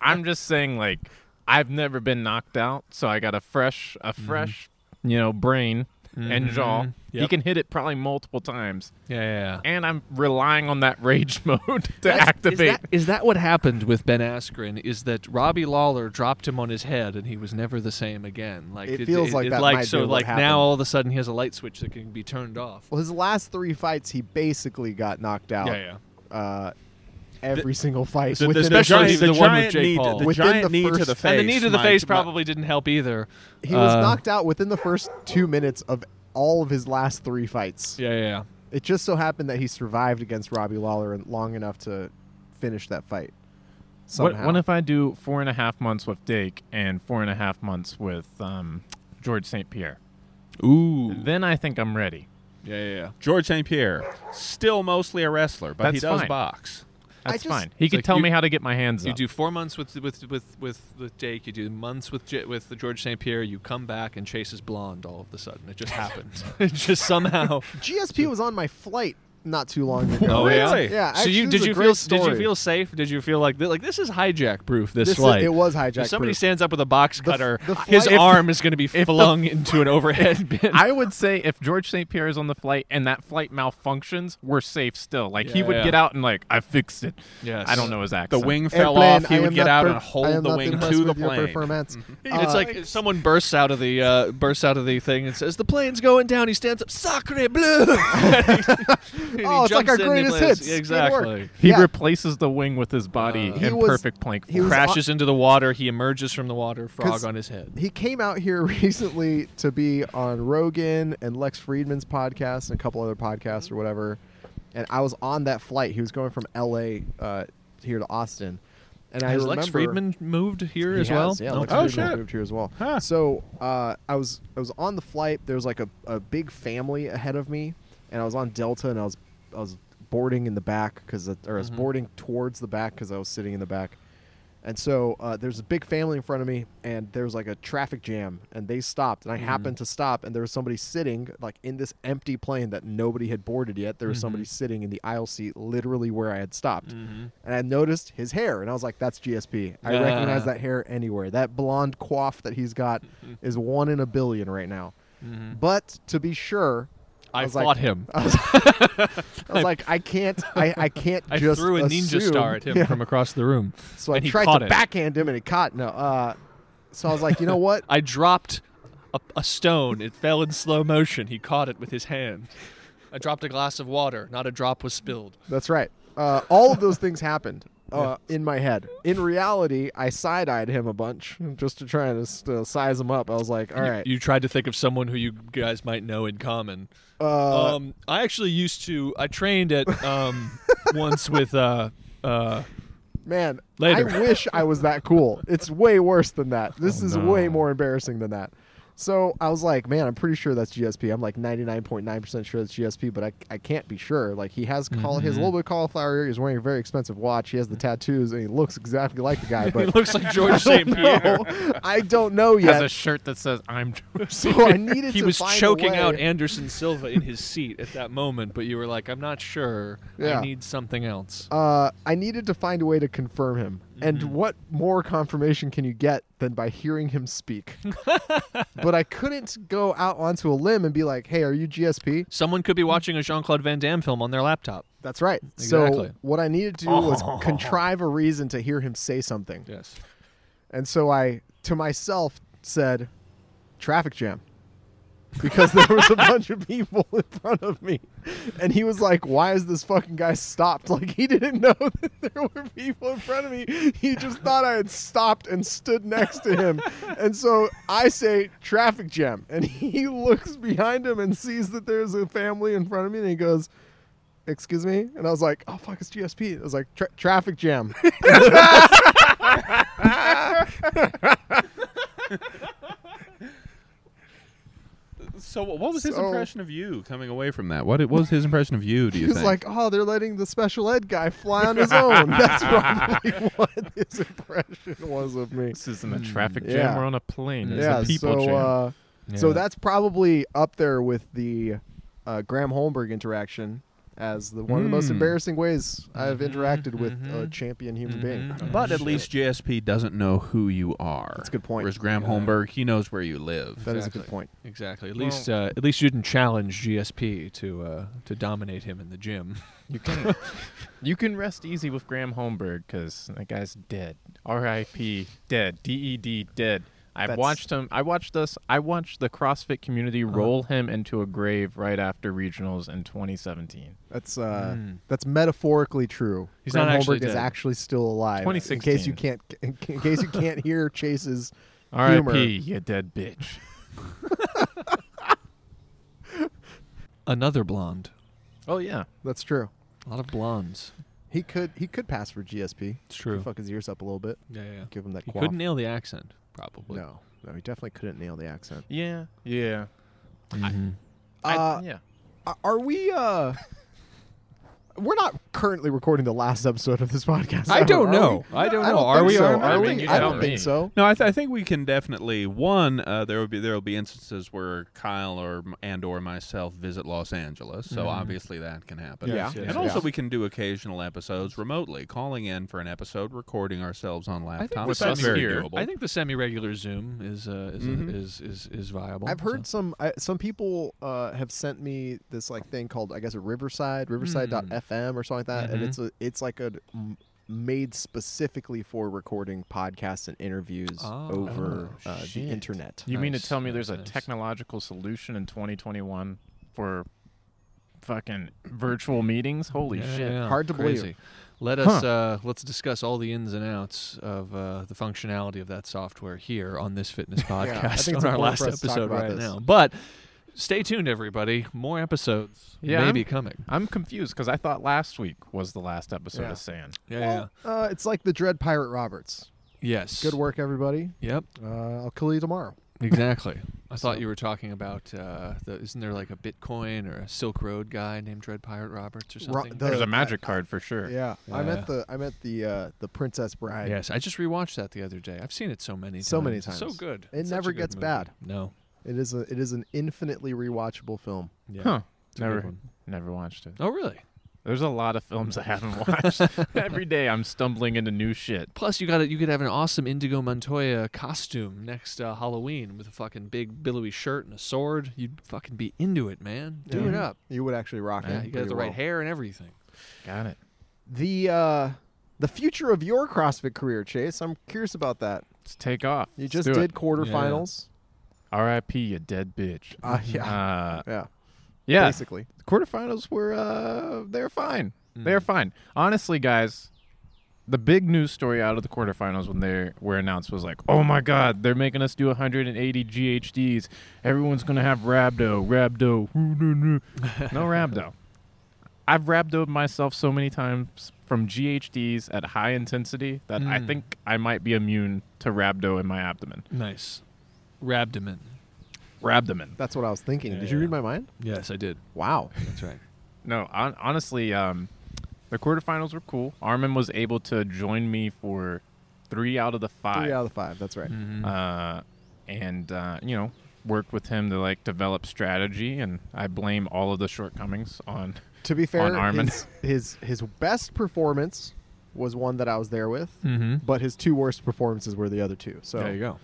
Speaker 1: I'm just saying, like, I've never been knocked out, so I got a fresh, a
Speaker 3: Mm-hmm.
Speaker 1: fresh, you know, brain and jaw. He
Speaker 3: Yep.
Speaker 1: can hit it probably multiple times,
Speaker 3: Yeah, yeah. yeah.
Speaker 1: and I'm relying on that [LAUGHS] rage mode to activate.
Speaker 3: Is that, is that what happened with Ben Askren? Is that Robbie Lawler dropped him on his head and he was never the same again? Like
Speaker 2: It feels like that might
Speaker 3: so.
Speaker 2: be what
Speaker 3: like
Speaker 2: happened.
Speaker 3: now, all of a sudden, he has a light switch that can be turned off.
Speaker 2: well, his last three fights, he basically got knocked out.
Speaker 3: Yeah,
Speaker 2: Uh, every single fight,
Speaker 4: The- the-
Speaker 2: within
Speaker 4: the
Speaker 3: especially
Speaker 4: giant-
Speaker 3: the
Speaker 4: the
Speaker 3: one with
Speaker 4: giant
Speaker 3: Jake
Speaker 4: knee
Speaker 3: Paul.
Speaker 4: to- the
Speaker 2: Within the
Speaker 4: giant knee to
Speaker 2: first-
Speaker 4: the
Speaker 2: And
Speaker 4: face.
Speaker 3: and the knee to the
Speaker 4: might-
Speaker 3: face
Speaker 4: might-
Speaker 3: probably didn't help either.
Speaker 2: He was
Speaker 3: Uh,
Speaker 2: knocked out within the first two minutes of all of his last three fights.
Speaker 3: Yeah, yeah, yeah.
Speaker 2: It just so happened that he survived against Robbie Lawler and long enough to finish that fight.
Speaker 1: what,
Speaker 2: Somehow.
Speaker 1: what if I do four and a half months with Dake and four and a half months with um, George St. Pierre?
Speaker 3: Ooh,
Speaker 1: Then I think I'm ready.
Speaker 3: yeah, yeah, yeah.
Speaker 4: George St. Pierre, still mostly a wrestler, but he
Speaker 1: That's
Speaker 4: does
Speaker 1: fine.
Speaker 4: box.
Speaker 2: I
Speaker 1: That's
Speaker 2: just-
Speaker 1: fine. He
Speaker 3: It's
Speaker 1: could
Speaker 3: like
Speaker 1: tell
Speaker 3: you-
Speaker 1: me how to get my hands
Speaker 3: You
Speaker 1: up.
Speaker 3: do four months with with with with, with Jake. You do months with J- with the George St Pierre. You come back and Chase is blonde. All of a sudden, it just [LAUGHS] happened. it just somehow.
Speaker 2: GSP was on my flight not too long ago?
Speaker 3: [LAUGHS] Oh, yeah?
Speaker 4: Really?
Speaker 2: Yeah.
Speaker 3: so
Speaker 2: actually,
Speaker 3: you
Speaker 2: this
Speaker 3: did
Speaker 2: is a
Speaker 3: you
Speaker 2: great
Speaker 3: feel did
Speaker 2: story.
Speaker 3: you feel safe? Did you feel like th- like this is hijack proof? This,
Speaker 2: this? is-
Speaker 3: flight.
Speaker 2: it was
Speaker 3: If
Speaker 2: hijacked.
Speaker 3: somebody
Speaker 2: proof.
Speaker 3: stands up with a box
Speaker 2: The f-
Speaker 3: cutter,
Speaker 2: the
Speaker 3: his
Speaker 2: flight-
Speaker 3: arm is going to be
Speaker 1: the-
Speaker 3: flung into an overhead [LAUGHS] bin.
Speaker 1: I would say if George St. Pierre is on the flight and that flight malfunctions, we're safe still. Like he
Speaker 3: Yeah,
Speaker 1: would
Speaker 3: yeah.
Speaker 1: get out and like I fixed it.
Speaker 3: Yes.
Speaker 1: I don't know his accent.
Speaker 4: The wing fell
Speaker 2: Airplane,
Speaker 4: off. He
Speaker 2: I
Speaker 4: would
Speaker 2: am
Speaker 4: get
Speaker 2: not
Speaker 4: out
Speaker 2: per-
Speaker 4: and
Speaker 2: I am
Speaker 4: hold the
Speaker 2: not
Speaker 4: wing
Speaker 2: impressed
Speaker 4: to the
Speaker 2: with your
Speaker 4: plane.
Speaker 2: Performance.
Speaker 3: [LAUGHS] it's
Speaker 2: Uh,
Speaker 3: like someone bursts out of
Speaker 2: [LAUGHS]
Speaker 3: the [LAUGHS] uh, bursts out of the thing and says, "The plane's going down." He stands up, "Sacre bleu!" And he
Speaker 2: Oh, it's like our
Speaker 3: jumps in and he
Speaker 2: greatest
Speaker 3: plays-
Speaker 2: hits. Good
Speaker 3: Exactly.
Speaker 2: work.
Speaker 1: He
Speaker 2: Yeah.
Speaker 1: replaces the wing with his
Speaker 3: Uh,
Speaker 1: body
Speaker 2: He
Speaker 1: in
Speaker 2: was-
Speaker 1: perfect plank
Speaker 2: he was-
Speaker 1: form.
Speaker 3: Crashes into the water. He emerges from the water.
Speaker 2: 'Cause-
Speaker 3: Frog on his head.
Speaker 2: He came out here [LAUGHS] recently to be on Rogan and Lex Friedman's podcast and a couple other podcasts or whatever. And I was on that flight. He was going from L.A. Uh, here to Austin. And I
Speaker 3: Has
Speaker 2: remember
Speaker 3: Lex Friedman moved here
Speaker 2: He
Speaker 3: as
Speaker 2: has,
Speaker 3: well?
Speaker 2: Yeah,
Speaker 3: No.
Speaker 2: Lex
Speaker 4: Oh,
Speaker 2: Friedman
Speaker 4: shit.
Speaker 2: moved here as well.
Speaker 4: Huh.
Speaker 2: So uh, I was I was on the flight. There was like a, a big family ahead of me, and I was on Delta, and I was I was boarding in the back because or I
Speaker 3: Mm-hmm.
Speaker 2: was boarding towards the back because I was sitting in the back. And so uh, there's a big family in front of me, and there was like a traffic jam, and they stopped, and I
Speaker 3: Mm-hmm.
Speaker 2: happened to stop, and there was somebody sitting like in this empty plane that nobody had boarded yet. There was somebody
Speaker 3: Mm-hmm.
Speaker 2: sitting in the aisle seat, literally where I had stopped, and I noticed his hair, and I was like, "That's GSP. I
Speaker 3: Ah.
Speaker 2: recognize that hair anywhere. That blonde coif that he's got
Speaker 3: Mm-hmm.
Speaker 2: is one in a billion right now." But to be sure,
Speaker 3: I,
Speaker 2: was
Speaker 3: fought
Speaker 2: like,
Speaker 3: him.
Speaker 2: I was like, "I can't, I, I can't
Speaker 3: [LAUGHS] I
Speaker 2: just
Speaker 3: threw a ninja
Speaker 2: assume-
Speaker 3: star at him
Speaker 2: [LAUGHS] Yeah.
Speaker 3: from across the room.
Speaker 2: So I
Speaker 3: and he
Speaker 2: tried
Speaker 3: caught
Speaker 2: to
Speaker 3: it.
Speaker 2: backhand him, and it caught. No, uh, so I was like, you
Speaker 3: [LAUGHS]
Speaker 2: know what?
Speaker 3: I dropped a, a stone. It fell in slow motion. He caught it with his hand. I dropped a glass of water. Not a drop was spilled.
Speaker 2: That's right. Uh, all of those things happened uh, in my head. In reality, I side eyed him a bunch just to try and uh, size him up. I was like, all right.
Speaker 3: You tried to think of someone who you guys might know in common.
Speaker 2: uh,
Speaker 3: um, I actually used to. I trained at
Speaker 2: [LAUGHS]
Speaker 3: um, once with. Uh, uh, [LAUGHS]
Speaker 2: Man,
Speaker 3: Later. Oh,
Speaker 2: I wish I was that cool. It's way worse than that. This is
Speaker 1: no.
Speaker 2: way more embarrassing than that. So I was like, man, I'm pretty sure that's GSP. I'm like 99.9% sure that's GSP, but I, I can't be sure. Like he has call,
Speaker 3: Mm-hmm.
Speaker 2: he has a little bit of cauliflower ear. He's wearing a very expensive watch. He has the tattoos, and he looks exactly like the
Speaker 3: [LAUGHS]
Speaker 2: guy.
Speaker 3: he
Speaker 2: But
Speaker 3: looks like
Speaker 2: [LAUGHS]
Speaker 3: George St. Pierre.
Speaker 2: no, I don't know
Speaker 1: Has a
Speaker 2: yet.
Speaker 1: shirt that says "I'm."
Speaker 2: So I [LAUGHS] needed
Speaker 3: He
Speaker 2: to
Speaker 3: was
Speaker 2: find a
Speaker 3: choking
Speaker 2: way.
Speaker 3: out Anderson Silva in his seat at that moment, but you were like, "I'm not sure.
Speaker 2: Yeah.
Speaker 3: I need something else."
Speaker 2: uh, I needed to find a way to confirm him. And what more confirmation can you get than by hearing him speak? but I couldn't go out onto a limb and be like, hey, are you GSP?
Speaker 3: Someone could be watching a Jean Claude Van Damme film on their laptop.
Speaker 2: That's right.
Speaker 3: Exactly.
Speaker 2: So what I needed to do was contrive a reason to hear him say something.
Speaker 3: Yes.
Speaker 2: And so I, to myself, said, traffic jam. Because there was a bunch of people in front of me. And he was like, Why is this fucking guy stopped? Like, he didn't know [LAUGHS] that there were people in front of me. He just thought I had stopped and stood next to him. And so I say, Traffic jam. And he [LAUGHS] looks behind him and sees that there's a family in front of me. And he goes, Excuse me? And I was like, Oh, fuck, it's GSP. I was like, "Tra- Traffic jam.
Speaker 4: So, what was his
Speaker 2: So-
Speaker 4: impression of you coming away from that? What, it- what was his impression of you? Do you
Speaker 2: He was
Speaker 4: think?
Speaker 2: like, "Oh, they're letting the special ed guy fly on his
Speaker 3: [LAUGHS]
Speaker 2: own." That's probably what his impression was of me.
Speaker 1: This isn't a traffic jam.
Speaker 2: Mm, Yeah.
Speaker 1: We're on a plane. It's
Speaker 2: yeah,
Speaker 1: a people
Speaker 2: so
Speaker 1: jam.
Speaker 2: uh, so
Speaker 3: Yeah.
Speaker 2: that's probably up there with the uh, Graham Holmberg interaction as the one of the most
Speaker 3: Hmm.
Speaker 1: Mm.
Speaker 2: embarrassing ways I've
Speaker 3: Mm-hmm,
Speaker 2: interacted with a champion human being.
Speaker 4: but at least JSP doesn't know who you are.
Speaker 2: That's a good point.
Speaker 4: Whereas Graham
Speaker 3: Yeah.
Speaker 4: Holmberg, he knows where you live.
Speaker 2: That is a good
Speaker 3: Exactly.
Speaker 2: point.
Speaker 3: Exactly. At least, uh, at least you didn't challenge GSP to uh, to dominate him in the gym.
Speaker 1: You can [LAUGHS] you can rest easy with Graham Holmberg because that guy's dead. R.I.P. Dead. D.E.D. Dead. I
Speaker 2: That's- Uh-huh.
Speaker 1: watched him. I watched this. I watched the CrossFit community roll him into a grave right after regionals in 2017.
Speaker 2: That's uh, that's metaphorically true.
Speaker 3: Hmm. He's
Speaker 2: Graham
Speaker 3: not actually
Speaker 2: Holmberg is
Speaker 3: dead.
Speaker 2: actually still alive. In case you
Speaker 1: 2016.
Speaker 2: can't, in, case you can't hear Chase's humor.
Speaker 1: R.I.P. You dead
Speaker 2: [LAUGHS]
Speaker 1: bitch.
Speaker 3: Another blonde.
Speaker 1: Oh yeah.
Speaker 2: That's true.
Speaker 3: A lot of blondes.
Speaker 2: He could he could pass for GSP.
Speaker 3: It's true.
Speaker 2: Could fuck his ears up a little bit.
Speaker 3: Yeah, yeah.
Speaker 2: Give him that.
Speaker 3: He
Speaker 2: quaff.
Speaker 3: couldn't nail the accent, probably.
Speaker 2: No, no, he definitely couldn't nail the accent.
Speaker 1: Yeah. Yeah. I-
Speaker 2: Uh,
Speaker 1: yeah.
Speaker 2: Are we? uh [LAUGHS] We're not currently recording the last episode of this podcast.
Speaker 3: I
Speaker 2: are
Speaker 3: don't
Speaker 2: we?
Speaker 3: know. I don't
Speaker 2: I
Speaker 3: know.
Speaker 2: don't
Speaker 3: Are
Speaker 2: think
Speaker 3: we?
Speaker 2: So.
Speaker 3: or
Speaker 1: not?
Speaker 2: Are
Speaker 1: I
Speaker 2: we?
Speaker 1: mean, you
Speaker 2: I
Speaker 1: tell
Speaker 2: don't think
Speaker 1: me.
Speaker 2: so.
Speaker 4: No, I, th- I think we can definitely one. Uh, there will be there will be instances where Kyle or m- and or myself visit Los Angeles, so obviously that can happen.
Speaker 2: Mm-hmm. Yes, Yeah. yes,
Speaker 4: and
Speaker 2: yes.
Speaker 4: also we can do occasional episodes remotely, calling in for an episode, recording ourselves on
Speaker 3: I think,
Speaker 4: laptops.
Speaker 3: the
Speaker 1: With us
Speaker 4: That's very
Speaker 1: here.
Speaker 4: doable.
Speaker 3: I think the semi-regular Zoom is uh, is,
Speaker 4: Mhm.
Speaker 3: is is is viable.
Speaker 2: Mm-hmm. I've heard
Speaker 3: so.
Speaker 2: some I, some people uh, have sent me this like thing called I guess a Riverside
Speaker 3: Hmm.
Speaker 2: Riverside.fm FM or something like that, and
Speaker 3: Mhm.
Speaker 2: it's a it's like a m- made specifically for recording podcasts and interviews
Speaker 3: Oh,
Speaker 2: over uh, the
Speaker 1: shit.
Speaker 2: internet.
Speaker 1: You mean to
Speaker 3: Nice,
Speaker 1: tell me
Speaker 3: nice,
Speaker 1: there's a
Speaker 3: nice.
Speaker 1: technological solution in 2021 for fucking virtual meetings. Holy
Speaker 3: Yeah,
Speaker 1: shit.
Speaker 3: yeah,
Speaker 2: Hard to believe.
Speaker 3: crazy. Let us uh, let's discuss all the ins and outs of uh, the functionality of that software here on
Speaker 2: [LAUGHS]
Speaker 3: this fitness
Speaker 2: I think it's
Speaker 3: podcast on our
Speaker 2: important
Speaker 3: last
Speaker 2: for us to talk
Speaker 3: episode
Speaker 2: about
Speaker 3: right
Speaker 2: this.
Speaker 3: now. But stay tuned, everybody. More episodes
Speaker 1: Yeah,
Speaker 3: may
Speaker 1: I'm-
Speaker 3: be coming.
Speaker 1: I'm confused because I thought last week was the last episode
Speaker 2: Yeah.
Speaker 1: of Sand.
Speaker 3: Yeah,
Speaker 2: Well, uh, it's like the Dread Pirate Roberts.
Speaker 3: Yes.
Speaker 2: Good work, everybody.
Speaker 3: Yep.
Speaker 2: Uh, I'll kill you tomorrow.
Speaker 3: Exactly. I thought you were talking about uh, the, isn't there like a Bitcoin or a Silk Road guy named Dread Pirate Roberts or
Speaker 2: Ro-
Speaker 3: something?
Speaker 2: the-
Speaker 1: There's a magic card for sure.
Speaker 2: Yeah, I'm
Speaker 3: Yeah.
Speaker 2: at the I'm at the uh, the Princess Bride.
Speaker 3: yes, I just rewatched that the other day. I've seen it so many times.
Speaker 2: So many
Speaker 3: It's So
Speaker 2: times.
Speaker 3: good.
Speaker 2: It
Speaker 3: It's such
Speaker 2: never
Speaker 3: a good
Speaker 2: gets
Speaker 3: movie.
Speaker 2: bad.
Speaker 3: No.
Speaker 2: It is a it is an infinitely rewatchable film.
Speaker 3: Yeah.
Speaker 1: Huh.
Speaker 3: It's a good
Speaker 1: Never,
Speaker 3: one.
Speaker 1: never watched it.
Speaker 3: Oh, really?
Speaker 1: There's a lot of films I haven't watched. [LAUGHS] Every day I'm stumbling into new shit.
Speaker 3: Plus, you got it. You could have an awesome Indigo Montoya costume next uh, Halloween with a fucking big billowy shirt and a sword. You'd fucking be into it, man. Do
Speaker 2: Yeah.
Speaker 3: it up.
Speaker 2: You would actually rock
Speaker 3: Yeah,
Speaker 2: it.
Speaker 3: you got
Speaker 2: pretty
Speaker 3: the right
Speaker 2: well.
Speaker 3: hair and everything.
Speaker 1: Got it.
Speaker 2: The uh, the future of your CrossFit career, Chase. I'm curious about that.
Speaker 1: Let's take off.
Speaker 2: You
Speaker 1: Let's
Speaker 2: just
Speaker 1: do
Speaker 2: did
Speaker 1: it.
Speaker 2: quarterfinals.
Speaker 1: R.I.P. You dead bitch.
Speaker 2: Uh, [LAUGHS] yeah.
Speaker 1: Uh,
Speaker 2: yeah.
Speaker 1: yeah.
Speaker 2: Basically.
Speaker 1: Quarterfinals were uh, they're fine. They're
Speaker 3: Mm.
Speaker 1: fine. Honestly, guys, the big news story out of the quarterfinals when they were announced was like, oh my god, they're making us do 180 GHDs. Everyone's gonna have rhabdo, rhabdo. [LAUGHS] No rhabdo. I've rhabdoed myself so many times from GHDs at high intensity that I
Speaker 3: Mm.
Speaker 1: think I might be immune to rhabdo in my abdomen.
Speaker 3: Nice. Rabdomen.
Speaker 1: Rhabdomen.
Speaker 2: That's what I was thinking. Did
Speaker 3: Yeah.
Speaker 2: you read my mind?
Speaker 3: Yes, I did.
Speaker 2: Wow.
Speaker 3: That's right.
Speaker 1: No, on, honestly, um, the quarterfinals were cool. Armin was able to join me for three out of the five,
Speaker 2: Three out of the five. That's right.
Speaker 1: uh, and uh, you know, worked with him to like develop strategy. And I blame all of the shortcomings on. [LAUGHS]
Speaker 2: To be fair,
Speaker 1: On Armin.
Speaker 2: His, his his best performance was one that I was there with,
Speaker 3: Mm-hmm.
Speaker 2: but his two worst performances were the other two. So
Speaker 3: there you go.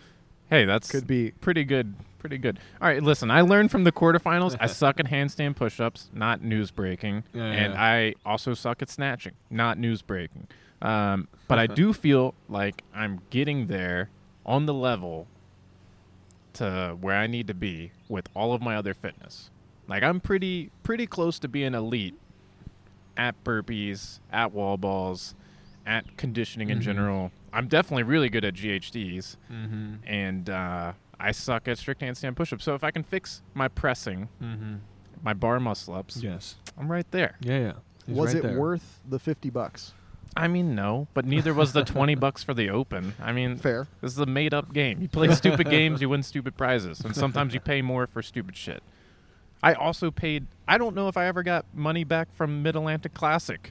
Speaker 1: Hey, that's
Speaker 2: could be
Speaker 1: pretty good. Pretty good. All right, listen. I learned from the quarterfinals.
Speaker 3: [LAUGHS]
Speaker 1: I suck at handstand push-ups, not news breaking,
Speaker 3: Yeah,
Speaker 1: and
Speaker 3: yeah.
Speaker 1: I also suck at snatching, not news breaking. Um, but
Speaker 3: [LAUGHS]
Speaker 1: I do feel like I'm getting there on the level to where I need to be with all of my other fitness. Like I'm pretty pretty close to being elite at burpees, at wall balls, at conditioning in
Speaker 3: Mhm.
Speaker 1: general. I'm definitely really good at GHDs
Speaker 3: Mm-hmm.
Speaker 1: and uh, I suck at strict handstand push-ups. So if I can fix my pressing,
Speaker 3: Mm-hmm.
Speaker 1: my bar muscle-ups,
Speaker 3: Yes.
Speaker 1: I'm right there.
Speaker 3: Yeah, yeah. He's
Speaker 2: was
Speaker 3: right
Speaker 2: it
Speaker 3: there.
Speaker 2: worth the 50 bucks?
Speaker 1: I mean, no, but neither was the 20 bucks for the Open. I mean,
Speaker 2: Fair.
Speaker 1: this is a made-up game. You play stupid games, you win stupid prizes, and sometimes you pay more for stupid shit. I also paid. I don't know if I ever got money back from Mid Atlantic Classic.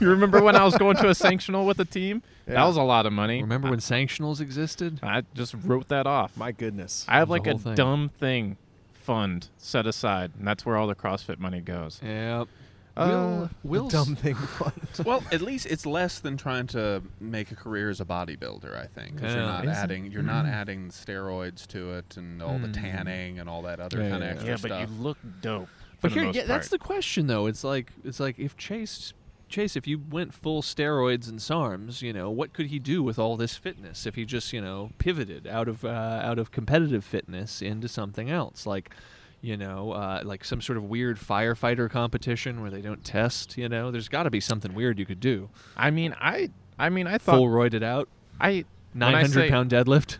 Speaker 1: you remember when I was going to a sanctional with a team? That
Speaker 2: Yeah.
Speaker 1: was a lot of money.
Speaker 3: Remember when sanctionals existed?
Speaker 1: I just wrote that off.
Speaker 2: My goodness.
Speaker 1: I have
Speaker 3: There's
Speaker 1: like
Speaker 3: a
Speaker 1: a,
Speaker 3: whole thing.
Speaker 1: dumb thing fund set aside, and that's where all the CrossFit money goes.
Speaker 3: Yeah.
Speaker 1: Uh,
Speaker 3: Will, Will
Speaker 2: Dumb thing. fun.
Speaker 1: [LAUGHS]
Speaker 4: well, at least it's less than trying to make a career as a bodybuilder. I think 'cause
Speaker 3: Yeah.
Speaker 4: you're not
Speaker 1: Is it?
Speaker 4: adding you're
Speaker 1: Mm-hmm.
Speaker 4: not adding steroids to it and all
Speaker 3: Mm.
Speaker 4: the tanning and all that other
Speaker 3: Yeah,
Speaker 4: kind
Speaker 3: yeah,
Speaker 4: of
Speaker 3: yeah.
Speaker 4: extra stuff.
Speaker 1: look dope.
Speaker 3: But here, yeah, that's the question though. It's like it's like if Chase Chase, if you went full steroids and SARMs, you know, what could he do with all this fitness if he just, you know, pivoted out of uh, out of competitive fitness into something else? Like you know, uh, like some sort of weird firefighter competition where they don't test. You know, there's got to be something weird you could do.
Speaker 1: I mean, I, I mean, I thought
Speaker 3: Full roided out,
Speaker 1: I when I
Speaker 3: 900
Speaker 1: say-
Speaker 3: pound deadlift.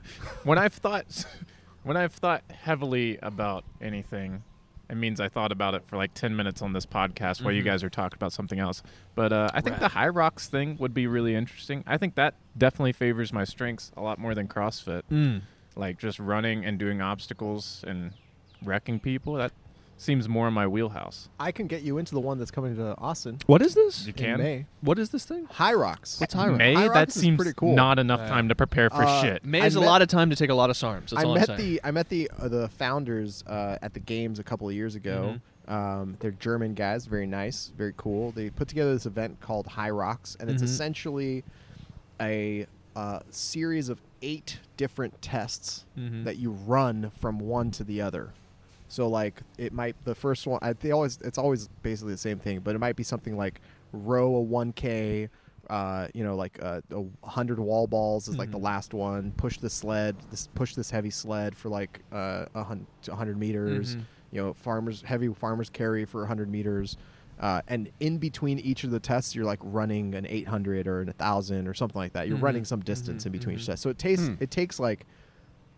Speaker 1: when I've thought [LAUGHS] when I've thought heavily about anything, it means I thought about it for like ten minutes on this podcast while you
Speaker 3: Mhm.
Speaker 1: guys are talking about something else. But uh, I think
Speaker 3: Right.
Speaker 1: the high rocks thing would be really interesting. I think that definitely favors my strengths a lot more than CrossFit.
Speaker 3: Mm.
Speaker 1: like just running and doing obstacles and wrecking people that seems more in my wheelhouse
Speaker 2: I can get you into the one that's coming to Austin
Speaker 3: What is this?
Speaker 1: you can
Speaker 2: in May.
Speaker 3: What is this thing?
Speaker 2: High Rocks.
Speaker 3: What's High Rock?
Speaker 1: May,
Speaker 2: High Rock
Speaker 1: that
Speaker 2: is
Speaker 1: seems
Speaker 2: pretty cool.
Speaker 1: not enough
Speaker 3: Yeah.
Speaker 1: time to prepare for
Speaker 2: Uh,
Speaker 1: shit
Speaker 3: May
Speaker 2: I
Speaker 3: is a
Speaker 2: met-
Speaker 3: lot of time to take a lot of SARMs.
Speaker 2: I
Speaker 3: That's all
Speaker 2: met
Speaker 3: I'm saying.
Speaker 2: the I met the uh, the founders uh, at the games a couple of years ago.
Speaker 3: Mm-hmm.
Speaker 2: Um, they're German guys, very nice, very cool. They put together this event called High Rocks, and it's
Speaker 3: Mhm.
Speaker 2: essentially a uh, series of eight different tests
Speaker 3: Mhm.
Speaker 2: that you run from one to the other. So like it might the first one I, they always it's always basically the same thing, but it might be something like row a 1k uh, you know like uh, a 100 wall balls is like
Speaker 1: Mm-hmm.
Speaker 2: the
Speaker 3: Mhm.
Speaker 2: last one push the sled this push this heavy sled for like uh, a hun- 100 meters
Speaker 1: Mm-hmm.
Speaker 3: Mhm.
Speaker 2: you know farmers heavy farmers carry for 100 meters uh, and in between each of the tests you're like running an 800 or an 1000 or something like
Speaker 1: Mm-hmm.
Speaker 2: that you're running some distance in between each test so it tastes it takes like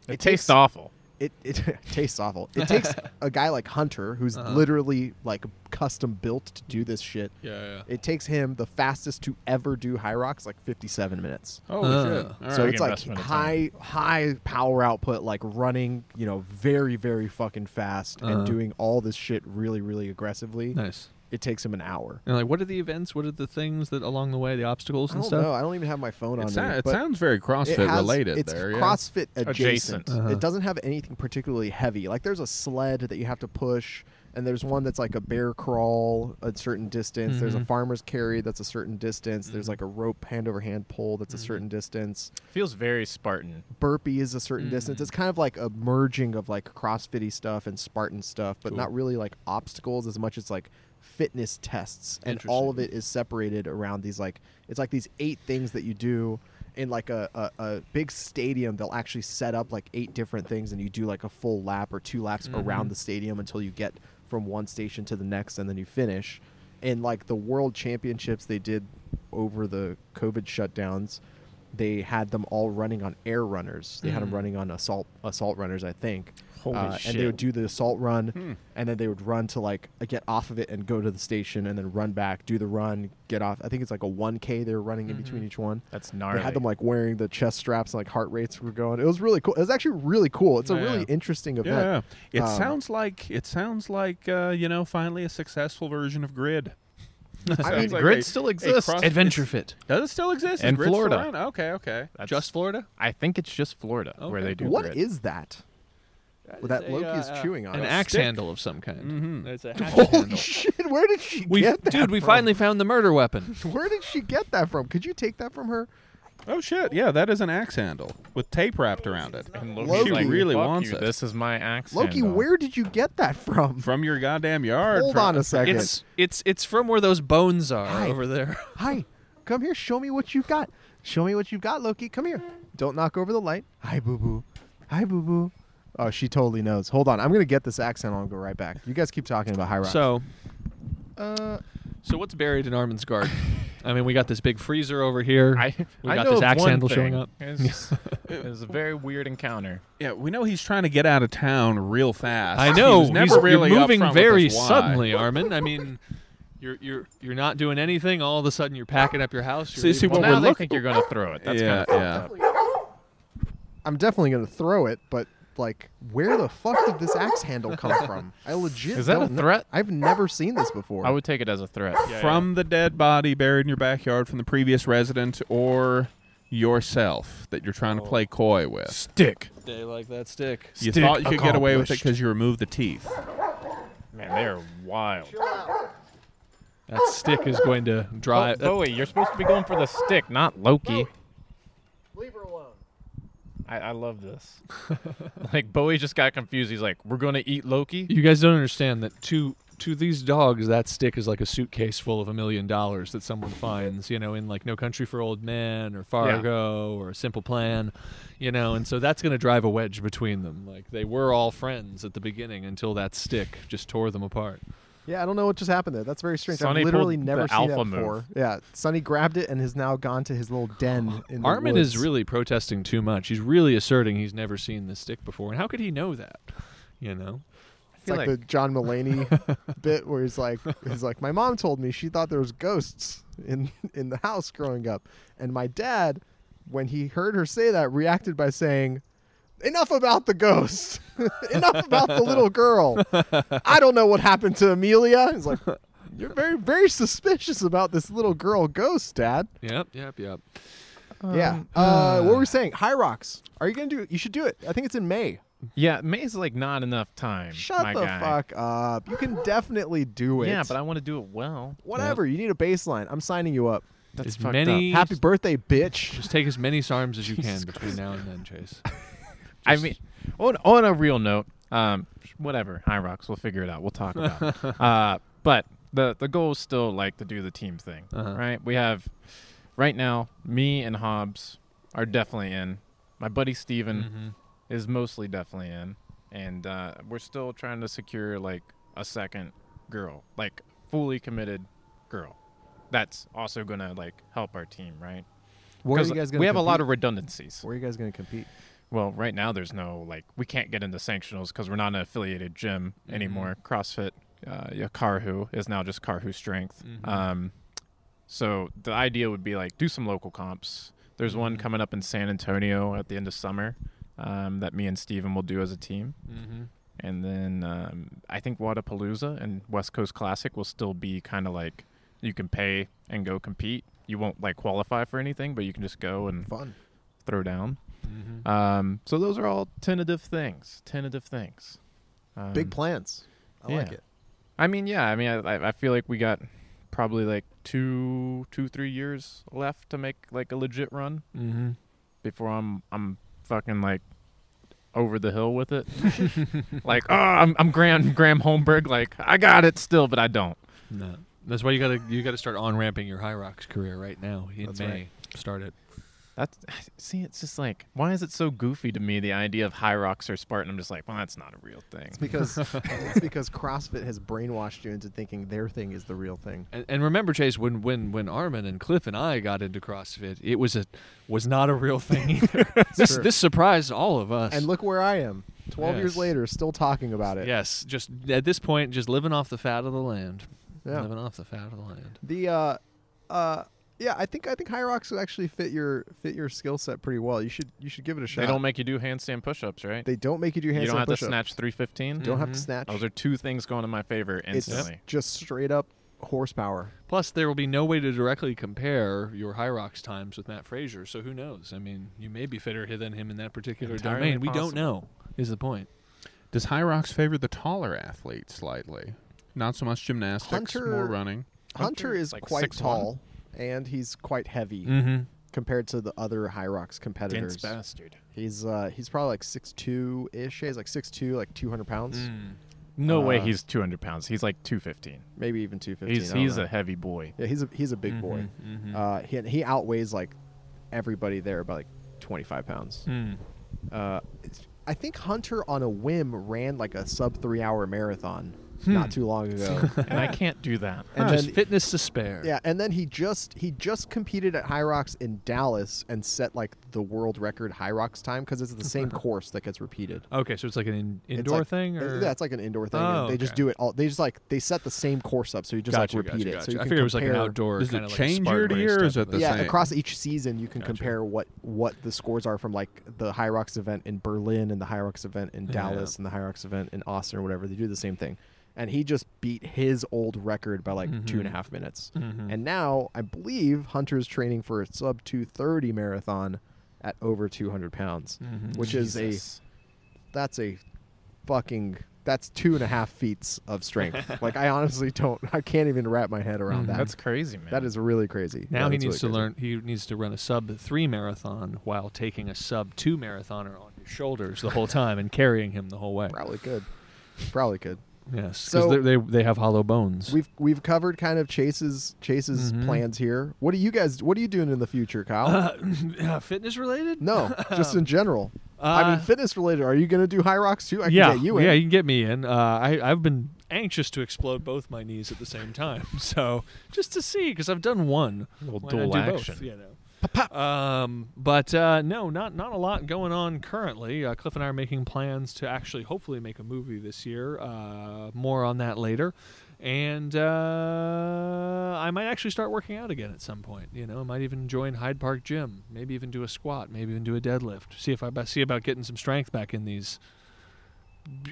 Speaker 1: Hmm. It,
Speaker 2: takes
Speaker 1: tastes awful.
Speaker 2: it, it [LAUGHS] tastes awful
Speaker 4: [LAUGHS]
Speaker 2: it takes a guy like hunter who's
Speaker 4: Uh-huh.
Speaker 2: literally like custom built to do this shit
Speaker 3: Yeah,
Speaker 2: it takes him the fastest to ever do high rocks like 57 minutes
Speaker 4: Holy
Speaker 3: Uh.
Speaker 4: shit! Oh, All
Speaker 2: so
Speaker 4: right.
Speaker 1: Big
Speaker 2: it's like
Speaker 1: investment of
Speaker 2: high high power output like running you know very very fucking fast
Speaker 3: Uh-huh.
Speaker 2: and doing all this shit really really aggressively
Speaker 3: Nice.
Speaker 2: it takes him an hour
Speaker 3: And like, what are the events? What are the things that along the way, the obstacles
Speaker 2: i
Speaker 3: and
Speaker 2: don't
Speaker 3: stuff?
Speaker 2: know i don't even have my phone on
Speaker 4: it, sou-
Speaker 2: me,
Speaker 4: it
Speaker 2: but
Speaker 4: sounds very CrossFit
Speaker 2: it has-
Speaker 4: related
Speaker 2: it's
Speaker 4: there.
Speaker 2: crossfit adjacent,
Speaker 1: Adjacent.
Speaker 3: Uh-huh.
Speaker 2: it doesn't have anything particularly heavy like there's a sled that you have to push and there's one that's like a bear crawl a certain distance there's a
Speaker 3: Mhm.
Speaker 2: farmer's carry that's a certain distance there's
Speaker 3: Mm-hmm.
Speaker 2: like a rope hand over hand pull that's a certain distance
Speaker 1: Feels very Spartan.
Speaker 2: burpee is a certain distance.
Speaker 3: Mm.
Speaker 2: It's kind of like a merging of like CrossFitty stuff and Spartan stuff, but
Speaker 3: Cool.
Speaker 2: not really like obstacles as much as like fitness tests. And all of it is separated around these like it's like these eight things that you do in like a, a, a big stadium. They'll actually set up like eight different things, and you do like a full lap or two laps
Speaker 1: Mm-hmm.
Speaker 2: around the stadium until you get from one station to the next, and then you finish. And like the World Championships, they did over the COVID shutdowns they had them all running on air runners. They had them running on assault assault runners, I think.
Speaker 1: Mm. Holy
Speaker 2: Uh, And they
Speaker 1: shit.
Speaker 2: would do the assault run,
Speaker 3: Hmm.
Speaker 2: and then they would run to like uh, get off of it and go to the station, and then run back, do the run, get off. I think it's like a one k. They were running in
Speaker 3: Mm-hmm.
Speaker 2: between each one.
Speaker 1: That's gnarly.
Speaker 2: They had them like wearing the chest straps, and like heart rates were going. It was really cool. It was actually really cool. It's a
Speaker 3: Yeah.
Speaker 2: really interesting
Speaker 4: Yeah, yeah.
Speaker 2: event.
Speaker 4: it
Speaker 2: Um,
Speaker 4: sounds like it sounds like uh, you know finally a successful version of Grid.
Speaker 3: [LAUGHS]
Speaker 1: I
Speaker 4: Sounds
Speaker 1: mean,
Speaker 4: like
Speaker 1: grid
Speaker 4: a-
Speaker 1: still
Speaker 4: a
Speaker 1: exists.
Speaker 4: cross-
Speaker 3: Adventure Fit.
Speaker 4: Does it still exist? Is
Speaker 1: In
Speaker 4: Grid still
Speaker 1: Florida.
Speaker 4: around? Okay, okay.
Speaker 1: That's-
Speaker 3: Just Florida?
Speaker 1: I think it's just Florida where
Speaker 3: Okay.
Speaker 1: they do
Speaker 2: What is
Speaker 1: grid. that?
Speaker 2: Well, that Loki is uh, chewing on
Speaker 3: An
Speaker 2: it. [LAUGHS]
Speaker 3: axe
Speaker 4: Stick.
Speaker 3: handle of some kind.
Speaker 4: Mhm.
Speaker 1: Mm-hmm.
Speaker 3: It's a hatchet
Speaker 2: Holy
Speaker 3: handle.
Speaker 2: shit! Where did she
Speaker 3: We,
Speaker 2: get that?
Speaker 3: dude, we
Speaker 2: from?
Speaker 3: finally found the murder weapon.
Speaker 2: [LAUGHS] Where did she get that from? Could you take that from her?
Speaker 4: Oh shit! Yeah, that is an axe handle with tape wrapped around it.
Speaker 1: And
Speaker 2: Loki
Speaker 1: like,
Speaker 4: really
Speaker 1: "Fuck
Speaker 4: wants
Speaker 1: you,
Speaker 4: it.
Speaker 1: This is my axe.
Speaker 2: Loki,
Speaker 1: handle."
Speaker 2: where did you get that from?
Speaker 4: From your goddamn yard.
Speaker 2: Hold
Speaker 4: from-
Speaker 2: on a second.
Speaker 3: It's it's it's from where those bones are
Speaker 2: Hi.
Speaker 3: over there.
Speaker 2: Hi, come here. Show me what you've got. Show me what you've got, Loki. Come here. Don't knock over the light. Hi, boo boo. Hi, boo boo. Oh, she totally knows. Hold on. I'm going to get this accent on and go right back. You guys keep talking about high rocks.
Speaker 3: So,
Speaker 2: uh,
Speaker 3: so what's buried in Armin's garden? I mean, we got this big freezer over here.
Speaker 1: I,
Speaker 3: we
Speaker 1: I
Speaker 3: got
Speaker 1: know
Speaker 3: this
Speaker 1: of
Speaker 3: axe
Speaker 1: one
Speaker 3: handle
Speaker 1: [LAUGHS]
Speaker 3: showing
Speaker 1: thing.
Speaker 3: up.
Speaker 1: It's- It was a very weird encounter.
Speaker 4: Yeah, we know he's trying to get out of town real fast.
Speaker 3: I
Speaker 4: He
Speaker 3: know.
Speaker 4: was never
Speaker 3: he's-
Speaker 4: really
Speaker 3: you're moving
Speaker 4: upfront with
Speaker 3: very
Speaker 4: us why.
Speaker 3: suddenly, Armin. I mean, you're you're you're not doing anything. All of a sudden, you're packing up your house. you're
Speaker 4: See- see,
Speaker 1: Well,
Speaker 3: leaving-
Speaker 4: What
Speaker 1: now
Speaker 4: we're
Speaker 1: they
Speaker 4: look-
Speaker 1: think you're going to throw it. That's
Speaker 4: yeah,
Speaker 1: kind of
Speaker 4: yeah.
Speaker 2: I'm definitely going to throw it, but like, where the fuck did this axe
Speaker 1: [LAUGHS]
Speaker 2: handle come from? I legit
Speaker 1: Is that a
Speaker 2: don't know-
Speaker 1: threat?
Speaker 2: I've never seen this before.
Speaker 1: I would take it as a threat.
Speaker 4: from the dead body buried in your backyard from the previous resident or yourself that you're trying to play coy with.
Speaker 1: stick.
Speaker 3: They like that Oh. stick.
Speaker 4: You
Speaker 1: Stick
Speaker 4: thought you could get away with it
Speaker 1: accomplished.
Speaker 4: because you removed the teeth.
Speaker 1: Man, they are wild.
Speaker 3: That stick is going to
Speaker 1: Oh,
Speaker 3: drive. that-
Speaker 1: Bowie, you're supposed to be going for the stick, not Loki.
Speaker 2: Leave her alone.
Speaker 1: I, I love [LAUGHS] this. like Bowie just got confused. He's like, "We're gonna eat Loki."
Speaker 3: you guys don't understand that to to these dogs, that stick is like a suitcase full of a million dollars that someone finds. You know, in like No Country for Old Men or Fargo or Simple Plan. You know, and so that's going to drive a wedge between them. Like they were all friends at the beginning until that stick just tore them apart.
Speaker 2: Yeah, I don't know what just happened there. That's very strange.
Speaker 1: Sonny
Speaker 2: I've literally
Speaker 1: pulled
Speaker 2: never
Speaker 1: the
Speaker 2: seen
Speaker 1: alpha
Speaker 2: that
Speaker 1: move.
Speaker 2: before. Yeah, Sonny grabbed it and has now gone to his little den in the
Speaker 3: Armin is
Speaker 2: woods.
Speaker 3: really protesting too much. He's really asserting he's never seen this stick before. And how could he know that? You know?
Speaker 2: It's like, the John
Speaker 1: [LAUGHS]
Speaker 2: Mulaney bit where he's like, he's like, my mom told me she thought there was ghosts in [LAUGHS] in the house growing up, and my dad, when he heard her say that, reacted by saying, "Enough about the ghosts. [LAUGHS] Enough about the little girl. I don't know what happened to Amelia." He's like, "You're very very suspicious about this little girl ghost, Dad."
Speaker 3: Yep, yep, yep.
Speaker 1: Um,
Speaker 2: yeah.
Speaker 1: [SIGHS]
Speaker 2: Uh, what were we saying? High Rocks. Are you gonna do? You should do it. I think it's in May.
Speaker 1: Yeah, May's like not enough time.
Speaker 2: Shut
Speaker 1: my
Speaker 2: the
Speaker 1: guy.
Speaker 2: fuck up. You can definitely do it.
Speaker 1: Yeah, but I want to do it well.
Speaker 2: whatever. You need a baseline. I'm signing you up.
Speaker 1: That's
Speaker 3: As
Speaker 1: fucked
Speaker 3: many-
Speaker 1: up.
Speaker 2: Happy birthday, bitch.
Speaker 3: Just take as many
Speaker 2: [LAUGHS]
Speaker 3: SARMs as you can between now and then, Chase.
Speaker 1: I mean, on, on a real note, um, whatever. High rocks. We'll figure it out. We'll talk about.
Speaker 2: [LAUGHS]
Speaker 1: it. Uh, but the the goal is still like to do the team thing,
Speaker 3: Uh-huh.
Speaker 1: right? We have right now. Me and
Speaker 2: Mm-hmm.
Speaker 1: Hobbs are definitely in. My buddy Steven is mostly definitely in. and uh, we're still trying to secure like a second girl, like fully committed girl. That's also gonna like help our team, right?
Speaker 2: Where are
Speaker 1: 'Cause
Speaker 2: you guys
Speaker 1: we
Speaker 2: going?
Speaker 1: have a lot of redundancies.
Speaker 2: Where are you guys going to compete?
Speaker 1: Well, right now there's no like we can't get into sanctionals because we're not an affiliated gym anymore. CrossFit uh, yeah, Carhu is now just Carhu Strength. Um, so the idea would be like do some local comps. There's one coming up in San Antonio at the end of summer um, that me and Steven will do as a team.
Speaker 3: Mm-hmm.
Speaker 1: And then um, I think Wadapalooza and West Coast Classic will still be kind of like you can pay and go compete. You won't like qualify for anything, but you can just go and
Speaker 2: Fun.
Speaker 1: throw down.
Speaker 3: Mm-hmm.
Speaker 2: Uh,
Speaker 1: Um, so those are all tentative things. Tentative things. Um,
Speaker 2: Big plans. I like
Speaker 1: yeah.
Speaker 2: it.
Speaker 1: I mean, yeah. I mean, I- I, I feel like we got probably like two, two, three years left to make like a legit run
Speaker 3: Mm-hmm.
Speaker 1: before I'm, I'm fucking like over the hill with
Speaker 2: [LAUGHS]
Speaker 1: it. like, oh, I'm, I'm Graham, Graham Holmberg. Like, I got it still, but I don't.
Speaker 3: No. That's why you gotta you gotta start on ramping your High Rocks career right now in
Speaker 2: That's
Speaker 3: May.
Speaker 2: right.
Speaker 3: Start it.
Speaker 1: That's see, it's just like, why is it so goofy to me the idea of High Rocks or Spartan? I'm just like, well, that's not a real thing.
Speaker 2: It's because it's because CrossFit has brainwashed you into thinking their thing is the real thing.
Speaker 3: And, and remember, Chase, when when when Armin and Cliff and I got into CrossFit, it was a was not a
Speaker 2: [LAUGHS]
Speaker 3: real thing either. this
Speaker 2: true.
Speaker 3: this surprised all of us.
Speaker 2: And look where I am. Twelve years
Speaker 3: Yes.
Speaker 2: later, still talking about it.
Speaker 3: yes, just at this point, just living off the fat of the land.
Speaker 2: Yeah.
Speaker 3: Living off the fat of the land.
Speaker 2: The uh, uh, yeah, I think I think High Rocks would actually fit your fit your skill set pretty well. You should you should give it a shot.
Speaker 1: They don't make you do handstand push-ups, right?
Speaker 2: They don't make you do handstand
Speaker 1: you don't have
Speaker 2: push
Speaker 1: to snatch 315.
Speaker 2: Don't have
Speaker 3: Mhm.
Speaker 2: to snatch.
Speaker 1: Those are two things going in my favor
Speaker 2: it's
Speaker 1: instantly.
Speaker 2: just straight up horsepower.
Speaker 3: Plus, there will be no way to directly compare your High Rocks times with Matt Frazier. So who knows? I mean, you may be fitter than him in that particular
Speaker 1: Entirely
Speaker 3: domain. We don't
Speaker 1: possible.
Speaker 3: know. Is the point?
Speaker 4: Does High Rocks favor the taller athlete slightly? Not so much gymnastics,
Speaker 2: Hunter-
Speaker 4: more running.
Speaker 2: Hunter,
Speaker 1: Hunter
Speaker 2: is
Speaker 1: like
Speaker 2: quite
Speaker 1: 6'1".
Speaker 2: tall, and he's quite heavy
Speaker 3: Mm-hmm.
Speaker 2: compared to the other High Rocks
Speaker 1: Dense
Speaker 2: competitors.
Speaker 1: bastard.
Speaker 2: He's uh, he's probably like six two ish. He's like six two, like two hundred pounds,
Speaker 1: Mm. No way
Speaker 2: Uh,
Speaker 1: he's 200 pounds. He's like 215.
Speaker 2: maybe even two fifteen.
Speaker 1: He's he's a Mm-hmm, heavy
Speaker 2: [LAUGHS]
Speaker 1: boy.
Speaker 2: yeah, he's a he's a big boy.
Speaker 3: Mm-hmm.
Speaker 2: Uh, he he outweighs like everybody there by like twenty five pounds.
Speaker 1: Mm.
Speaker 3: Hmm.
Speaker 2: Uh, it's- I think Hunter on a whim ran like a sub three hour marathon
Speaker 1: Hmm.
Speaker 2: not too
Speaker 1: [LAUGHS]
Speaker 2: long ago.
Speaker 1: and I can't do that.
Speaker 2: And
Speaker 3: Just
Speaker 2: then-
Speaker 3: fitness to spare.
Speaker 2: Yeah, and then he just he just competed at High Rocks in Dallas and set like the world record High Rocks time because it's the same
Speaker 3: [LAUGHS]
Speaker 2: course that gets repeated.
Speaker 3: Okay, so it's like an in-
Speaker 2: It's
Speaker 3: indoor
Speaker 2: like- uh,
Speaker 3: thing, or
Speaker 2: yeah, it's like an indoor thing.
Speaker 3: Oh,
Speaker 2: and they just
Speaker 3: okay.
Speaker 2: do it all. They just like they set the same course up, so you just
Speaker 3: gotcha,
Speaker 2: like repeat
Speaker 3: gotcha,
Speaker 2: it.
Speaker 3: Gotcha.
Speaker 2: So you
Speaker 3: I
Speaker 2: can
Speaker 3: figured it was like an
Speaker 2: compare-
Speaker 3: outdoor.
Speaker 4: Does it
Speaker 3: kinda like
Speaker 4: change
Speaker 3: Spartan
Speaker 4: year to
Speaker 3: race
Speaker 4: year, or
Speaker 3: type
Speaker 4: is
Speaker 3: of
Speaker 4: it the
Speaker 3: thing.
Speaker 2: yeah,
Speaker 4: same.
Speaker 2: across each season, you can
Speaker 3: Gotcha.
Speaker 2: compare what what the scores are from like the High Rocks event in Berlin and the High Rocks event in Dallas and the High Rocks event in Austin or whatever. They do the same thing, and he just beat his old record by like two and
Speaker 3: Mm-hmm.
Speaker 2: a half minutes. And now I believe Hunter's training for a sub two thirty marathon at over two hundred pounds,
Speaker 3: Mm-hmm.
Speaker 2: which is
Speaker 1: Jesus.
Speaker 2: a that's a fucking that's two and a half feet of
Speaker 3: [LAUGHS]
Speaker 2: strength. like I honestly don't, I can't even wrap my head
Speaker 3: Mm-hmm.
Speaker 2: around that.
Speaker 1: That's crazy, man.
Speaker 2: that is really crazy.
Speaker 3: Now
Speaker 2: That
Speaker 3: he
Speaker 2: is
Speaker 3: needs to
Speaker 2: really crazy.
Speaker 3: learn. He needs to run a sub three marathon while taking a sub two marathoner on his shoulders the whole time and carrying him the whole way.
Speaker 2: Probably could. Probably could.
Speaker 3: Yes, because
Speaker 2: So-
Speaker 3: they they have hollow bones. [LAUGHS]
Speaker 2: We've we've covered kind of Chase's Chase's
Speaker 3: Mhm.
Speaker 2: plans here. What are you guys? What are you doing in the future, Kyle?
Speaker 3: [LAUGHS] Uh, fitness related?
Speaker 2: no, just in general. I mean,
Speaker 3: Uh,
Speaker 2: fitness related. Are you going to do high rocks too? I can
Speaker 3: yeah,
Speaker 2: get you in.
Speaker 3: yeah, you can get me in. Uh, I I've been anxious to explode both my knees at the same time, [LAUGHS] so just to see because I've done one.
Speaker 1: little
Speaker 3: Why not
Speaker 1: dual
Speaker 3: do both,
Speaker 1: action.
Speaker 3: you know. Um, but uh, no, not not a lot going on currently. Uh, Cliff and I are making plans to actually, hopefully, make a movie this year. Uh, more on that later. And uh, I might actually start working out again at some point. You know, I might even join Hyde Park Gym. Maybe even do a squat. Maybe even do a deadlift. See if I see about getting some strength back in these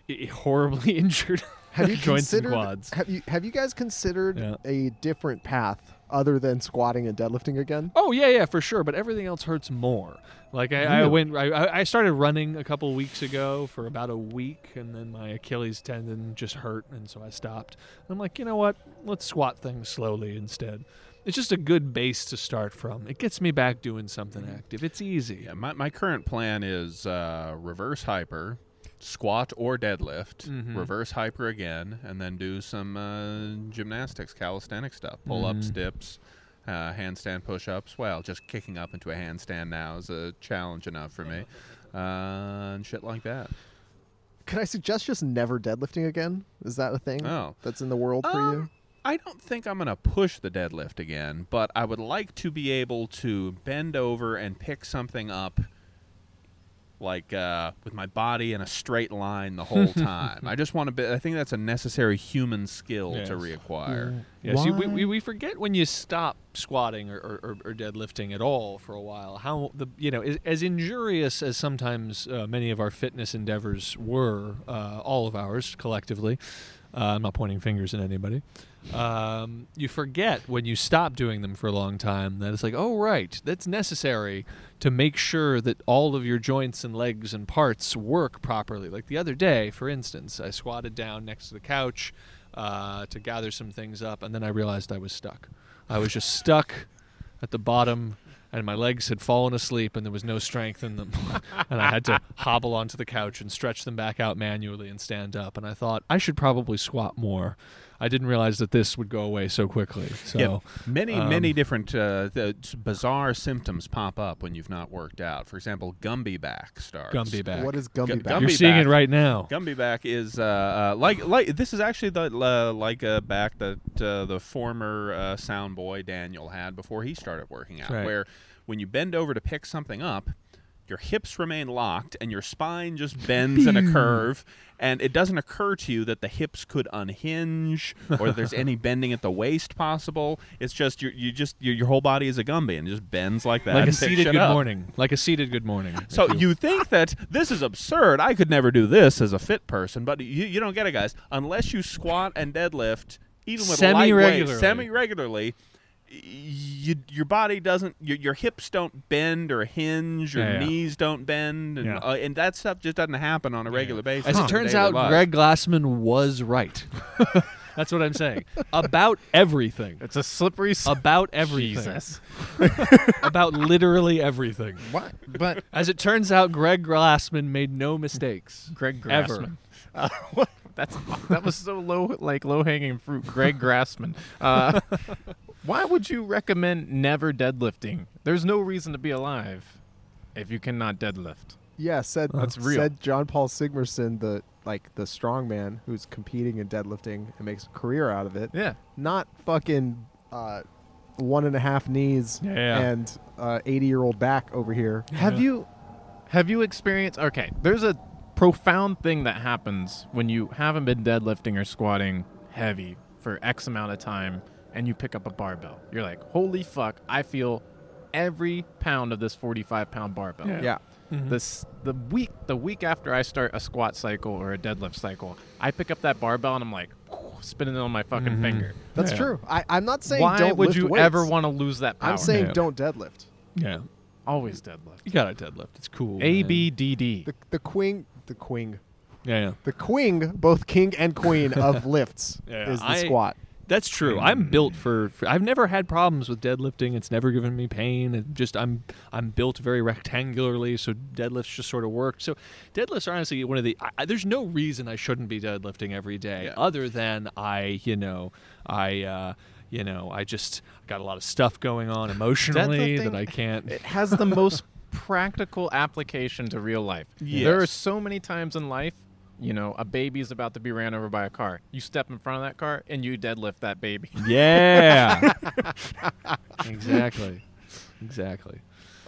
Speaker 3: b- horribly [LAUGHS] injured
Speaker 2: Have you
Speaker 3: joints and
Speaker 2: considered?
Speaker 3: quads.
Speaker 2: Have you have you guys considered
Speaker 3: Yeah.
Speaker 2: a different path other than squatting and deadlifting again?
Speaker 3: Oh yeah, yeah, for sure. But everything else hurts more. Like I, I
Speaker 2: Really?
Speaker 3: went, I- I, I started running a couple weeks ago for about a week, and then my Achilles tendon just hurt, and so I stopped. And I'm like, you know what? Let's squat things slowly instead. It's just a good base to start from. It gets me back doing something active. It's easy.
Speaker 4: Yeah, my, my current plan is uh, reverse hyper, squat or deadlift,
Speaker 3: Mhm.
Speaker 4: reverse hyper again, and then do some uh, gymnastics, calisthenic stuff, pull ups,
Speaker 3: Mhm.
Speaker 4: dips, uh, handstand push ups. Well, just kicking up into a handstand now is a challenge enough for me, uh, and shit like that.
Speaker 2: could I suggest just never deadlifting again? Is that a thing
Speaker 4: Oh.
Speaker 2: that's in the world for you?
Speaker 4: Um, I don't think I'm going to push the deadlift again, but I would like to be able to bend over and pick something up like uh, with my body in a straight line
Speaker 3: [LAUGHS]
Speaker 4: the whole time. I just want to be I think that's a necessary human skill
Speaker 3: Yes.
Speaker 4: to reacquire.
Speaker 3: Yeah, see, we,
Speaker 2: Why?
Speaker 3: we, we forget when you stop squatting or, or, or- or deadlifting at all for a while how the you know as, as injurious as sometimes uh, many of our fitness endeavors were uh, all of ours collectively. Uh, I'm not pointing fingers at anybody. Um, you forget when you stop doing them for a long time that it's like, oh right, that's necessary to make sure that all of your joints and legs and parts work properly. Like the other day, for instance, I squatted down next to the couch uh, to gather some things up, and then I realized I was stuck. I was just stuck at the bottom, and my legs had fallen asleep, and there was no strength in them. [LAUGHS] and I had to hobble onto the couch and stretch them back out manually and stand up. And I thought, I should probably squat more. I didn't realize that this would go away so quickly. So.
Speaker 4: Many,
Speaker 3: um,
Speaker 4: many different uh, the s- bizarre symptoms pop up when you've not worked out. For example, Gumby back starts.
Speaker 3: Gumby back.
Speaker 2: What is Gumby
Speaker 4: Gu-
Speaker 2: back?
Speaker 4: Gumby
Speaker 3: You're seeing
Speaker 4: back.
Speaker 3: it right now.
Speaker 4: Gumby back is uh, uh, like like this is actually the uh, like uh, back that uh, the former uh, sound boy Daniel had before he started working out,
Speaker 3: Right.
Speaker 4: where when you bend over to pick something up. Your hips remain locked, and your spine just bends in a curve, and it doesn't occur to you that the hips could unhinge or that
Speaker 3: [LAUGHS]
Speaker 4: there's any bending at the waist possible. It's just you, you just your your whole body is a Gumby and it just bends like that.
Speaker 3: Like a
Speaker 4: and picks
Speaker 3: seated
Speaker 4: shit
Speaker 3: good
Speaker 4: up.
Speaker 3: morning. Like a seated good morning.
Speaker 4: So
Speaker 3: If
Speaker 4: you think that this is absurd? I could never do this as a fit person, but you, you don't get it, guys. Unless you squat and deadlift, even with
Speaker 3: Semi-regularly.
Speaker 4: semi regularly, you, your body doesn't, your, your hips don't bend or hinge, your
Speaker 3: Yeah, yeah.
Speaker 4: knees don't bend, and,
Speaker 3: Yeah.
Speaker 4: uh, and that stuff just doesn't happen on a regular basis.
Speaker 3: As
Speaker 4: in
Speaker 3: it turns
Speaker 4: daily
Speaker 3: out,
Speaker 4: life.
Speaker 3: Greg Glassman was right. [LAUGHS] That's what I'm saying. About everything.
Speaker 1: It's a slippery slope.
Speaker 3: [LAUGHS] About everything.
Speaker 1: Jesus.
Speaker 3: [LAUGHS] About literally everything.
Speaker 1: What? But
Speaker 3: As it turns out, Greg Glassman made no mistakes.
Speaker 1: [LAUGHS] Greg Grassman.
Speaker 3: Ever.
Speaker 1: Uh, what? That's that was so low, like low hanging fruit. Greg Grassman. Uh, [LAUGHS] why would you recommend never deadlifting? There's no reason to be alive if you cannot deadlift.
Speaker 2: Yeah, said
Speaker 1: That's real.
Speaker 2: said John Paul Sigmerson, the like the strongman who's competing in deadlifting and makes a career out of it.
Speaker 1: Yeah.
Speaker 2: Not fucking uh, one and a half knees
Speaker 3: Yeah.
Speaker 2: and uh, eighty year old back over here.
Speaker 1: Have you have you experienced okay, there's a profound thing that happens when you haven't been deadlifting or squatting heavy for X amount of time and you pick up a barbell. You're like, holy fuck, I feel every pound of this forty five pound barbell.
Speaker 3: Yeah.
Speaker 2: Yeah.
Speaker 1: This the week the week after I start a squat cycle or a deadlift cycle, I pick up that barbell and I'm like spinning it on my fucking finger.
Speaker 2: That's
Speaker 3: Yeah.
Speaker 2: true. I, I'm not saying
Speaker 1: Why
Speaker 2: don't
Speaker 1: would
Speaker 2: lift
Speaker 1: you
Speaker 2: weights.
Speaker 1: ever want to lose that power?
Speaker 2: I'm saying
Speaker 3: Yeah.
Speaker 2: don't deadlift.
Speaker 3: Yeah.
Speaker 1: always deadlift.
Speaker 3: You got to deadlift. It's cool.
Speaker 1: A
Speaker 3: man.
Speaker 1: B D D.
Speaker 2: The the queen the queen
Speaker 3: Yeah, yeah.
Speaker 2: the queen both king and queen of lifts
Speaker 3: Yeah,
Speaker 2: is the
Speaker 3: I-
Speaker 2: squat.
Speaker 3: That's true. I'm built for, for. I've never had problems with deadlifting. It's never given me pain. It just I'm I'm built very rectangularly, so deadlifts just sort of work. So deadlifts are honestly one of the. I, I- there's no reason I shouldn't be deadlifting every day,
Speaker 4: Yeah.
Speaker 3: other than I, you know, I, uh, you know, I just got a lot of stuff going on emotionally that
Speaker 1: Deadlifting-
Speaker 3: I
Speaker 1: [LAUGHS]
Speaker 3: can't.
Speaker 1: it has the
Speaker 4: [LAUGHS]
Speaker 1: most practical application to real life.
Speaker 4: Yes.
Speaker 1: There are so many times in life, you know, a baby's about to be ran over by a car. You step in front of that car and you deadlift that baby. [LAUGHS]
Speaker 3: yeah. exactly. Exactly.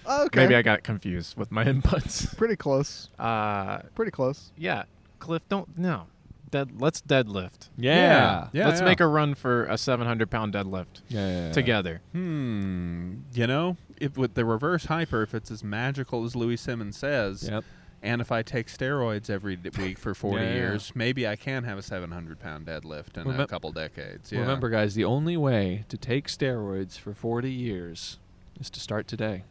Speaker 2: Okay.
Speaker 1: Maybe I got confused with my [LAUGHS] inputs.
Speaker 2: pretty close.
Speaker 1: Uh,
Speaker 2: Pretty close.
Speaker 1: yeah, Cliff, don't no. Dead, let's deadlift.
Speaker 3: Yeah.
Speaker 4: Yeah,
Speaker 1: let's
Speaker 4: yeah.
Speaker 1: make a run for a 700 pound deadlift
Speaker 3: Yeah. yeah, yeah.
Speaker 1: together.
Speaker 4: Hmm. You know, if with the reverse hyper, if it's as magical as Louis Simmons says,
Speaker 3: Yep.
Speaker 4: and if I take steroids every d- week for 40
Speaker 3: Yeah.
Speaker 4: years, maybe I can have a 700 pound deadlift in a
Speaker 3: Remem-
Speaker 4: couple decades. Yeah.
Speaker 3: Remember, guys, the only way to take steroids for 40 years is to start today.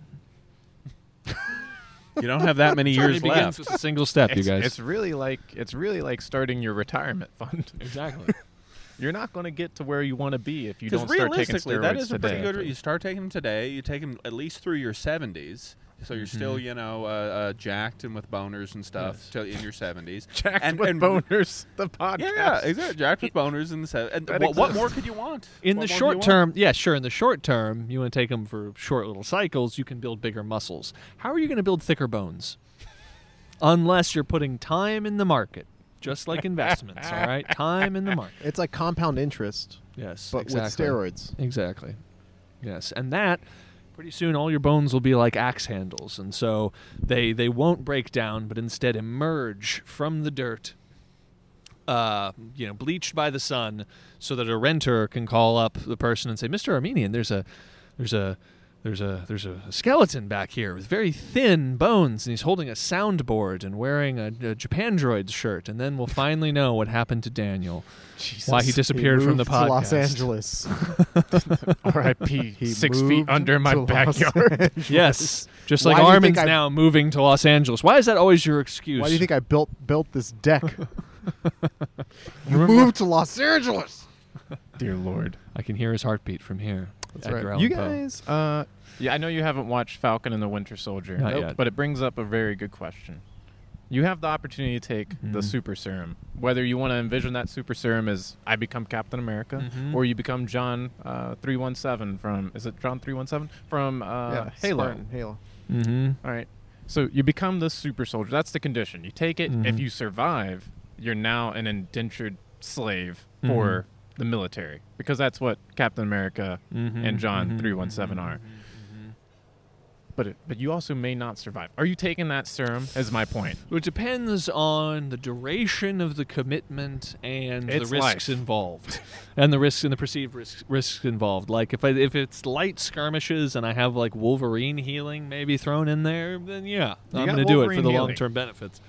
Speaker 4: you don't have that [LAUGHS] many years left.
Speaker 3: with a single step, you
Speaker 1: It's-
Speaker 3: guys.
Speaker 1: it's really like it's really like starting your retirement [LAUGHS] fund.
Speaker 3: exactly.
Speaker 1: You're not going to get to where you want to be if you
Speaker 4: Because
Speaker 1: don't start taking
Speaker 4: realistically,
Speaker 1: steroids
Speaker 4: that is a
Speaker 1: today.
Speaker 4: pretty good. You start taking them today. You take them at least through your 70s. So you're still, you know, uh, uh, jacked and with boners and stuff till in your [LAUGHS] 70s.
Speaker 1: Jacked
Speaker 4: and,
Speaker 1: with
Speaker 4: and-
Speaker 1: boners. The podcast.
Speaker 4: Yeah, yeah, exactly. Jacked with boners in the 70s. And
Speaker 1: That
Speaker 4: what, what
Speaker 1: exists.
Speaker 4: more could you want?
Speaker 3: In the
Speaker 4: What more do you
Speaker 3: short
Speaker 4: want?
Speaker 3: term, yeah, sure. In the short term, you want to take them for short little cycles, you can build bigger muscles. How are you going to build thicker bones? Unless you're putting time in the market. just like investments. all right, time in the market.
Speaker 2: It's like compound interest,
Speaker 3: Yes,
Speaker 2: but
Speaker 3: exactly.
Speaker 2: with steroids.
Speaker 3: Exactly. Yes, and that pretty soon all your bones will be like axe handles, and so they they won't break down, but instead emerge from the dirt. Uh, you know, bleached by the sun, so that a renter can call up the person and say, "Mr. Armenian, there's a, there's a, there's a, there's a skeleton back here with very thin bones, and he's holding a soundboard and wearing a, a Japan Droids shirt." And then we'll finally know what happened to Daniel, [LAUGHS] why he
Speaker 2: Jesus.
Speaker 3: disappeared from the
Speaker 2: moved to
Speaker 3: podcast.
Speaker 2: Los
Speaker 3: [LAUGHS]
Speaker 2: Angeles.
Speaker 1: R.I.P.
Speaker 2: [LAUGHS] He
Speaker 1: Six feet
Speaker 2: moved
Speaker 1: under my
Speaker 2: to Los
Speaker 1: backyard.
Speaker 2: [LAUGHS] Angeles.
Speaker 3: [LAUGHS] Yes, just
Speaker 2: Why
Speaker 3: like
Speaker 2: do you
Speaker 3: Armin's
Speaker 2: think I-
Speaker 3: now moving to Los Angeles. Why is that always your excuse?
Speaker 2: Why do you think I built built this deck? you
Speaker 1: Remember-
Speaker 2: moved to Los Angeles.
Speaker 1: Dear Lord.
Speaker 3: I can hear his heartbeat from here?
Speaker 2: That's
Speaker 3: Edgar
Speaker 2: right.
Speaker 3: Allan
Speaker 1: you
Speaker 3: Poe.
Speaker 1: guys, uh, yeah, I know you haven't watched Falcon and the Winter Soldier,
Speaker 3: Not yet.
Speaker 1: but it brings up a very good question. You have the opportunity to take the
Speaker 3: Mhm.
Speaker 1: super serum, whether you want to envision that super serum as I become Captain America,
Speaker 3: Mhm.
Speaker 1: or you become John uh, three one seven from is it John three one seven from uh,
Speaker 2: yeah,
Speaker 1: Halo?
Speaker 2: Spartan, Halo.
Speaker 3: Mm-hmm.
Speaker 1: All right, so you become the super soldier. That's the condition. You take it. If
Speaker 3: Mhm.
Speaker 1: you survive, you're now an indentured slave
Speaker 3: Mm-hmm.
Speaker 1: for the military because that's what Captain America
Speaker 3: Mm-hmm.
Speaker 1: and John three one seven are. But it, but you also may not survive. Are you taking that serum? Is my point.
Speaker 3: It depends on the duration of the commitment and
Speaker 1: It's
Speaker 3: the risks
Speaker 1: life.
Speaker 3: involved, [LAUGHS] and the risks and the perceived risks, risks involved. Like if I, if it's light skirmishes and I have like Wolverine healing maybe thrown in there, then yeah,
Speaker 1: You
Speaker 3: I'm
Speaker 1: got
Speaker 3: going to do it
Speaker 1: Wolverine
Speaker 3: for the
Speaker 1: healing.
Speaker 3: long term benefits.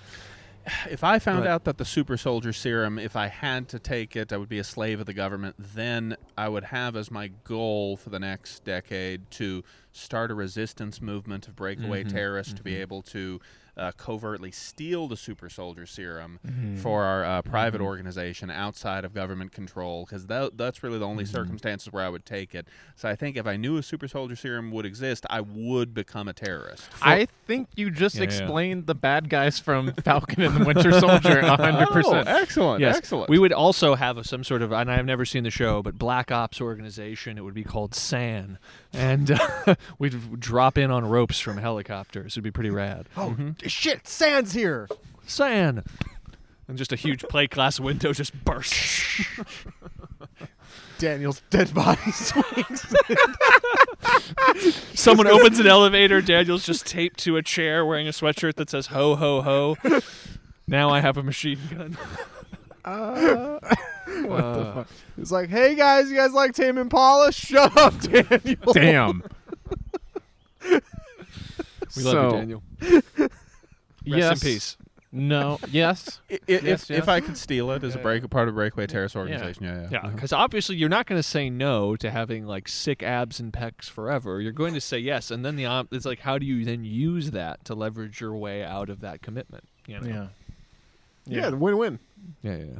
Speaker 4: If I found
Speaker 3: Right.
Speaker 4: out that the super soldier serum, if I had to take it, I would be a slave of the government, then I would have as my goal for the next decade to start a resistance movement of breakaway
Speaker 3: Mm-hmm.
Speaker 4: terrorists to be able to uh, covertly steal the super soldier serum
Speaker 3: Mm-hmm.
Speaker 4: for our uh, private organization outside of government control, because that's really the only
Speaker 3: Mm-hmm.
Speaker 4: circumstances where I would take it. So I think if I knew a super soldier serum would exist, I would become a terrorist.
Speaker 1: I think you just
Speaker 3: Yeah, yeah.
Speaker 1: explained the bad guys from Falcon and the Winter
Speaker 3: [LAUGHS]
Speaker 1: Soldier a hundred
Speaker 3: Oh,
Speaker 1: percent.
Speaker 4: Oh, excellent,
Speaker 3: Yes.
Speaker 4: excellent.
Speaker 3: We would also have some sort of, and I've never seen the show, but Black Ops organization. It would be called SAN, and uh, [LAUGHS] we'd drop in on ropes from helicopters. It'd be pretty rad.
Speaker 2: Oh shit! Sans here.
Speaker 3: SAN, and just a huge plate glass window just bursts.
Speaker 2: Daniel's dead body [LAUGHS] swings.
Speaker 3: Someone opens an elevator. Daniel's just taped to a chair, wearing a sweatshirt that says "Ho ho ho." Now I have a machine gun.
Speaker 1: What the
Speaker 3: Uh,
Speaker 1: fuck?
Speaker 2: it's Uh, like, hey guys, you guys like Tame Impala? Shut up, Daniel.
Speaker 3: [LAUGHS]
Speaker 1: Damn.
Speaker 3: We love
Speaker 1: So,
Speaker 2: Oh.
Speaker 3: you, Daniel. Rest
Speaker 1: yes,
Speaker 3: in peace.
Speaker 1: No. Yes.
Speaker 4: I- i- if,
Speaker 1: Yes, yes.
Speaker 4: if I could steal it as a break, part of Breakaway Terrorist Organization, yeah, yeah.
Speaker 3: Yeah, because Uh-huh. obviously you're not going to say no to having like sick abs and pecs forever. You're going to say yes, and then the op- it's like how do you then use that to leverage your way out of that commitment? You know?
Speaker 1: Yeah.
Speaker 2: Yeah, win-win.
Speaker 3: yeah, yeah, yeah.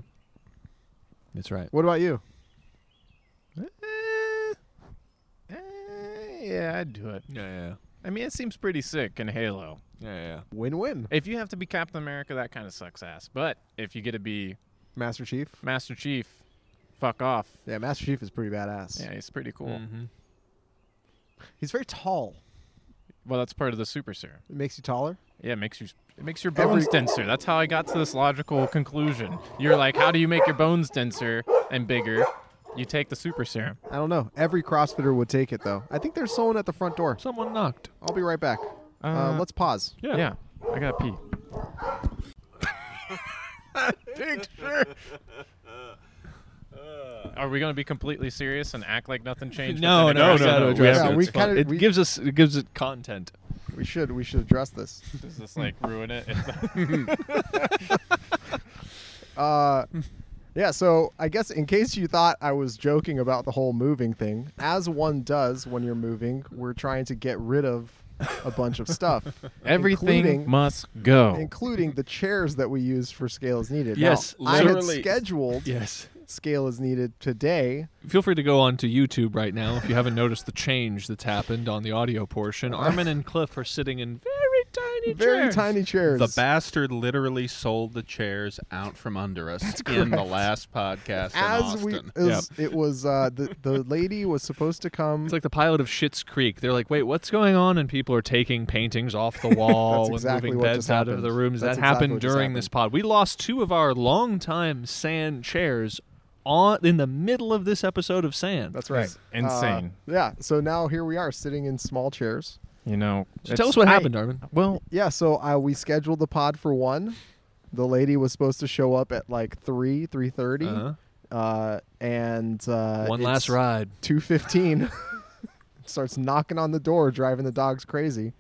Speaker 3: That's right.
Speaker 2: What about you?
Speaker 1: Eh, yeah, I'd do it.
Speaker 3: Yeah, yeah,
Speaker 1: I mean, it seems pretty sick in Halo.
Speaker 3: yeah, yeah. yeah.
Speaker 2: Win-win.
Speaker 1: If you have to be Captain America, that kind of sucks ass. But if you get to be
Speaker 2: Master Chief.
Speaker 1: Master Chief, fuck off.
Speaker 2: Yeah, Master Chief is pretty badass.
Speaker 1: Yeah, he's pretty cool.
Speaker 3: Mhm.
Speaker 2: He's very tall.
Speaker 1: Well, that's part of the super serum.
Speaker 2: It makes you taller.
Speaker 1: Yeah, it makes you. It makes your
Speaker 2: Every-
Speaker 1: bones denser. That's how I got to this logical conclusion. You're like, how do you make your bones denser and bigger? You take the super serum.
Speaker 2: I don't know. Every CrossFitter would take it though. I think there's someone at the front door.
Speaker 3: Someone knocked.
Speaker 2: I'll be right back. Uh,
Speaker 1: Uh,
Speaker 2: let's pause.
Speaker 1: Yeah. I gotta pee. [LAUGHS] Are we gonna be completely serious and act like nothing changed?
Speaker 3: No,
Speaker 1: but then
Speaker 3: no,
Speaker 1: address
Speaker 3: no,
Speaker 1: it?
Speaker 3: no.
Speaker 1: We
Speaker 3: address
Speaker 1: have
Speaker 2: it.
Speaker 1: to.
Speaker 2: Yeah, we
Speaker 1: It's fun.
Speaker 2: kinda-
Speaker 3: It
Speaker 2: we-
Speaker 3: gives us it gives it content.
Speaker 2: We should we should address this.
Speaker 1: Does this like ruin [LAUGHS] it?
Speaker 2: Uh, yeah. So I guess in case you thought I was joking about the whole moving thing, as one does when you're moving, we're trying to get rid of a bunch of stuff,
Speaker 1: Everything
Speaker 2: including,
Speaker 1: must go.
Speaker 2: including the chairs that we use for scale is needed.
Speaker 3: Yes,
Speaker 2: now, I had
Speaker 4: literally.
Speaker 2: scheduled
Speaker 3: Yes.
Speaker 2: scale is needed today.
Speaker 3: Feel free to go on to YouTube right now if you haven't noticed the change that's happened on the audio portion. Armin and Cliff are sitting in very tiny
Speaker 2: Very
Speaker 3: chairs.
Speaker 2: tiny chairs.
Speaker 4: The bastard literally sold the chairs out from under us in the last podcast in
Speaker 2: As
Speaker 4: Austin.
Speaker 2: we, as it was uh, the the lady was supposed to come.
Speaker 3: It's like the pilot of Schitt's Creek. They're like, wait, what's going on? And people are taking paintings
Speaker 2: [LAUGHS]
Speaker 3: off the wall
Speaker 2: That's
Speaker 3: and
Speaker 2: exactly
Speaker 3: moving
Speaker 2: what
Speaker 3: beds
Speaker 2: just
Speaker 3: out of
Speaker 2: happened.
Speaker 3: the rooms.
Speaker 2: That's
Speaker 3: that
Speaker 2: exactly
Speaker 3: happened
Speaker 2: what just
Speaker 3: during
Speaker 2: happened.
Speaker 3: this pod. We lost two of our longtime Sand chairs on in the middle of this episode of Sand.
Speaker 2: That's right.
Speaker 1: It's insane.
Speaker 2: Uh, yeah. So now here we are sitting in small chairs.
Speaker 1: You know,
Speaker 3: so
Speaker 1: it's-
Speaker 3: tell us what
Speaker 1: I-
Speaker 3: happened, Armin.
Speaker 1: Well,
Speaker 2: Yeah. So uh, we scheduled the pod for one. The lady was supposed to show up at like three, three thirty,
Speaker 3: Uh-huh.
Speaker 2: uh, and uh,
Speaker 3: One last ride.
Speaker 2: Two
Speaker 3: [LAUGHS]
Speaker 2: fifteen. [LAUGHS] starts knocking on the door, driving the dogs crazy,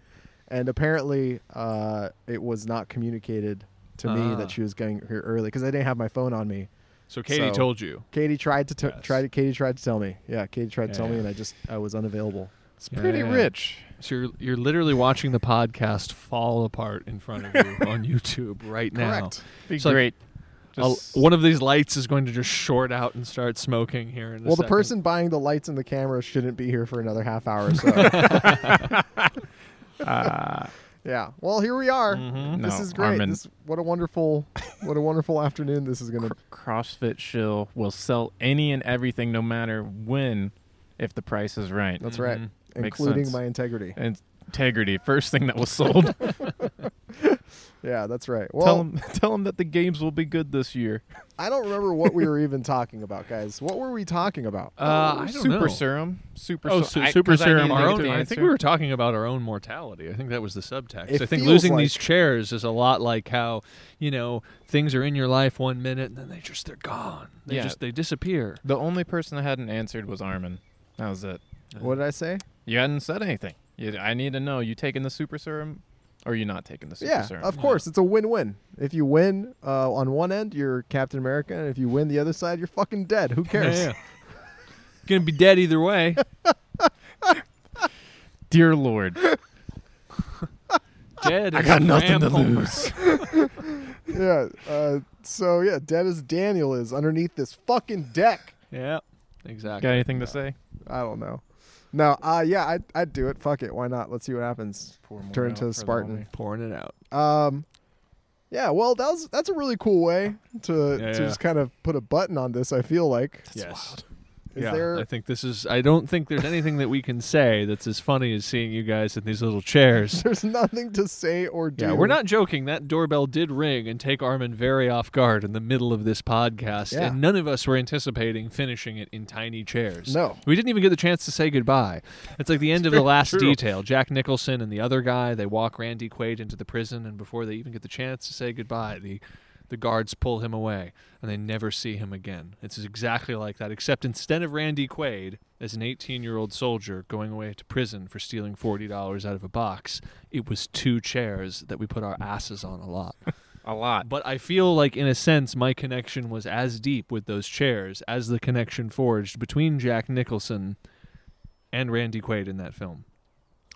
Speaker 2: and apparently uh, it was not communicated to me
Speaker 3: Ah.
Speaker 2: that she was getting here early because I didn't have my phone on me.
Speaker 3: So Katie
Speaker 2: So-
Speaker 3: told you.
Speaker 2: Katie tried to t-
Speaker 3: Yes.
Speaker 2: try to Katie tried to tell me. Yeah, Katie tried to
Speaker 3: Yeah,
Speaker 2: tell me,
Speaker 3: yeah.
Speaker 2: and I just I was unavailable.
Speaker 1: it's pretty
Speaker 3: Yeah.
Speaker 1: rich.
Speaker 3: So you're you're literally watching the podcast fall apart in front
Speaker 2: [LAUGHS]
Speaker 3: of you on YouTube right now.
Speaker 2: Correct.
Speaker 1: Be
Speaker 3: So, like,
Speaker 1: great.
Speaker 3: I'll-
Speaker 1: Just-
Speaker 3: one of these lights is going to just short out and start smoking here. In a
Speaker 2: Well, the
Speaker 3: second.
Speaker 2: person buying the lights and the camera shouldn't be here for another half hour. So
Speaker 3: [LAUGHS]
Speaker 1: uh,
Speaker 2: yeah. Well, here we are.
Speaker 3: Mhm.
Speaker 2: This
Speaker 1: No,
Speaker 2: is great.
Speaker 1: Armin.
Speaker 2: This what a wonderful what a wonderful afternoon this is going to.
Speaker 1: CrossFit Shill will sell any and everything, no matter when, if the price is right.
Speaker 2: That's right.
Speaker 3: Mhm.
Speaker 1: Mm-hmm. Makes
Speaker 2: Including
Speaker 1: sense.
Speaker 2: my integrity.
Speaker 1: Eh. Integrity, first thing that was [LAUGHS] sold.
Speaker 2: Yeah, that's right.
Speaker 1: tell
Speaker 2: Well,
Speaker 1: them, tell them that the games will be good this year.
Speaker 2: I don't remember what we were even talking about, guys. What were we talking about?
Speaker 3: Uh, I don't
Speaker 1: super
Speaker 3: know.
Speaker 1: serum, super.
Speaker 3: Oh,
Speaker 1: ser-
Speaker 3: su-
Speaker 1: I-
Speaker 3: super
Speaker 1: 'cause
Speaker 3: serum.
Speaker 1: I,
Speaker 3: our
Speaker 1: needed
Speaker 3: own.
Speaker 1: to
Speaker 3: I
Speaker 1: answer.
Speaker 3: think we were talking about our own mortality. I think that was the subtext.
Speaker 2: It
Speaker 3: I think
Speaker 2: feels
Speaker 3: losing
Speaker 2: like-
Speaker 3: these chairs is a lot like how you know things are in your life one minute and then they just they're gone. They
Speaker 1: Yeah.
Speaker 3: just they disappear.
Speaker 1: The only person that hadn't answered was Armin. That was it.
Speaker 2: What did I say?
Speaker 1: You hadn't said anything. You, I need to know. You taking the super serum, or you not taking the super
Speaker 2: yeah,
Speaker 1: serum?
Speaker 2: of course, it's a win-win. If you win uh, on one end, you're Captain America, and if you win the other side, you're fucking dead. Who cares?
Speaker 3: Gonna be dead
Speaker 1: [LAUGHS]
Speaker 3: either way.
Speaker 1: Dear Lord,
Speaker 3: Dead.
Speaker 1: I
Speaker 3: as
Speaker 1: got nothing to
Speaker 3: Graham Homer.
Speaker 1: [LAUGHS] lose.
Speaker 2: [LAUGHS] yeah. Uh, so yeah, dead as Daniel is underneath this fucking deck.
Speaker 3: Yeah.
Speaker 1: got
Speaker 3: Exactly.
Speaker 1: anything to say?
Speaker 2: I don't know. No, uh, yeah, I'd, I'd do it. Fuck it. Why not? Let's see what happens. Turn to Spartan.
Speaker 3: Pouring it out.
Speaker 2: Um, yeah. Well, that was that's a really cool way to
Speaker 3: Yeah,
Speaker 2: to
Speaker 3: yeah.
Speaker 2: just kind of put a button on this. I feel like
Speaker 3: yes.
Speaker 2: is [LAUGHS]
Speaker 3: yeah,
Speaker 2: there
Speaker 3: I think this is. I don't think there's anything that we can say that's as funny as seeing you guys in these little chairs.
Speaker 2: there's nothing to say or do.
Speaker 3: Yeah, we're not joking. That doorbell did ring and take Armin very off guard in the middle of this podcast,
Speaker 2: Yeah.
Speaker 3: and none of us were anticipating finishing it in tiny chairs.
Speaker 2: No.
Speaker 3: we didn't even get the chance to say goodbye. It's like the end of the last
Speaker 1: true.
Speaker 3: detail. Jack Nicholson and the other guy they walk Randy Quaid into the prison, and before they even get the chance to say goodbye, the the guards pull him away, and they never see him again. It's exactly like that, except instead of Randy Quaid as an 18 year old soldier going away to prison for stealing $40 out of a box, it was two chairs that we put our asses on a lot.
Speaker 1: A lot.
Speaker 3: But I feel like, in a sense, my connection was as deep with those chairs as the connection forged between Jack Nicholson and Randy Quaid in that film.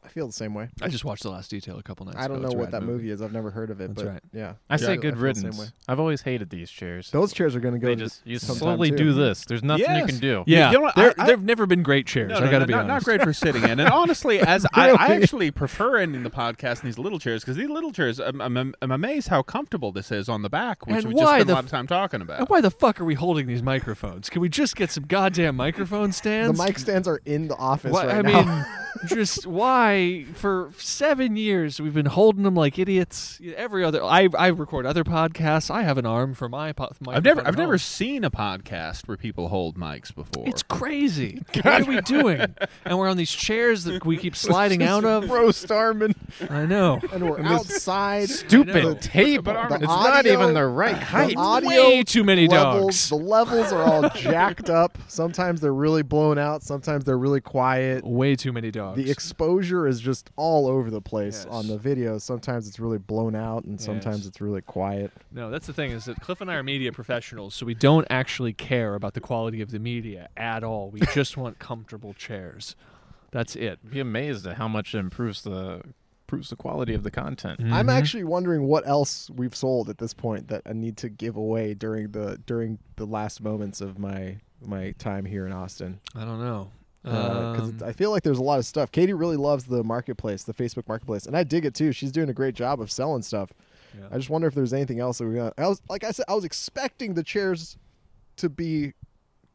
Speaker 2: I feel the same way.
Speaker 3: I just watched The Last Detail a couple nights
Speaker 2: I don't
Speaker 3: ago.
Speaker 2: know
Speaker 3: It's a
Speaker 2: what
Speaker 3: rad
Speaker 2: that movie is. I've never heard of it.
Speaker 3: That's
Speaker 2: but
Speaker 3: right.
Speaker 2: yeah,
Speaker 1: I say
Speaker 2: Yeah,
Speaker 1: good
Speaker 2: I feel the same
Speaker 1: riddance.
Speaker 2: way.
Speaker 1: I've always hated these chairs.
Speaker 2: Those chairs are going to go.
Speaker 1: they
Speaker 2: to
Speaker 1: just you
Speaker 2: sometime
Speaker 1: slowly
Speaker 2: too.
Speaker 1: do this. There's nothing
Speaker 4: Yes.
Speaker 1: you can do.
Speaker 3: Yeah,
Speaker 4: You know what,
Speaker 3: They're-
Speaker 4: I- I-
Speaker 3: they've never been great chairs.
Speaker 4: No,
Speaker 3: I
Speaker 4: no,
Speaker 3: got to
Speaker 4: no,
Speaker 3: be
Speaker 4: not,
Speaker 3: honest.
Speaker 4: not great for sitting in. And honestly, [LAUGHS] as I, I
Speaker 2: Really?
Speaker 4: actually prefer ending the podcast in these little chairs because these little chairs, I'm, I'm, I'm amazed how comfortable this is on the back, which
Speaker 3: And
Speaker 4: we
Speaker 3: why
Speaker 4: just spent
Speaker 3: the
Speaker 4: a lot of time talking
Speaker 3: And
Speaker 4: about.
Speaker 3: why the fuck are we holding these microphones? Can we just get some goddamn microphone
Speaker 2: The
Speaker 3: stands?
Speaker 2: mic stands are in the office
Speaker 3: Why-
Speaker 2: right
Speaker 3: I
Speaker 2: now.
Speaker 4: [LAUGHS]
Speaker 3: mean, just why for seven years we've been holding them like idiots. Every other, I, I record other podcasts. I have an arm for my po- microphone.
Speaker 4: I've never,
Speaker 3: at
Speaker 4: I've never
Speaker 3: home.
Speaker 4: seen a podcast where people hold mics before.
Speaker 2: [LAUGHS]
Speaker 3: It's crazy. what are we doing? And we're on these chairs that we keep sliding out of.
Speaker 1: Roast Armin.
Speaker 3: I know.
Speaker 2: [LAUGHS] and
Speaker 3: [LAUGHS]
Speaker 2: we're outside.
Speaker 3: I know.
Speaker 1: Stupid table.
Speaker 4: But Armin-
Speaker 1: it's
Speaker 2: The
Speaker 1: not
Speaker 2: audio-
Speaker 1: even the right height.
Speaker 2: The audio
Speaker 3: Way too many
Speaker 2: levels,
Speaker 3: dogs.
Speaker 2: The levels are all jacked up. Sometimes they're really blown out. Sometimes they're really quiet.
Speaker 3: Way too many dogs.
Speaker 2: The exposure is just all over the place
Speaker 3: Yes.
Speaker 2: on the video. Sometimes it's really blown out, and sometimes
Speaker 3: Yes.
Speaker 2: it's really quiet.
Speaker 3: No, that's the thing is that Cliff and I are media professionals, so we don't actually care about the quality of the media at all.
Speaker 2: [LAUGHS]
Speaker 3: We just want comfortable chairs. That's it.
Speaker 1: Be amazed at how much it improves the improves the quality of the content.
Speaker 3: Mm-hmm.
Speaker 2: I'm actually wondering what else we've sold at this point that I need to give away during the during the last moments of my my time here in Austin.
Speaker 3: I don't know.
Speaker 2: because
Speaker 3: Um,
Speaker 2: Uh, I feel like there's a lot of stuff. Katie really loves the marketplace, the Facebook marketplace, and I dig it too. She's doing a great job of selling stuff.
Speaker 3: Yeah.
Speaker 2: I just wonder if there's anything else that we got. I was like I said, I was expecting the chairs to be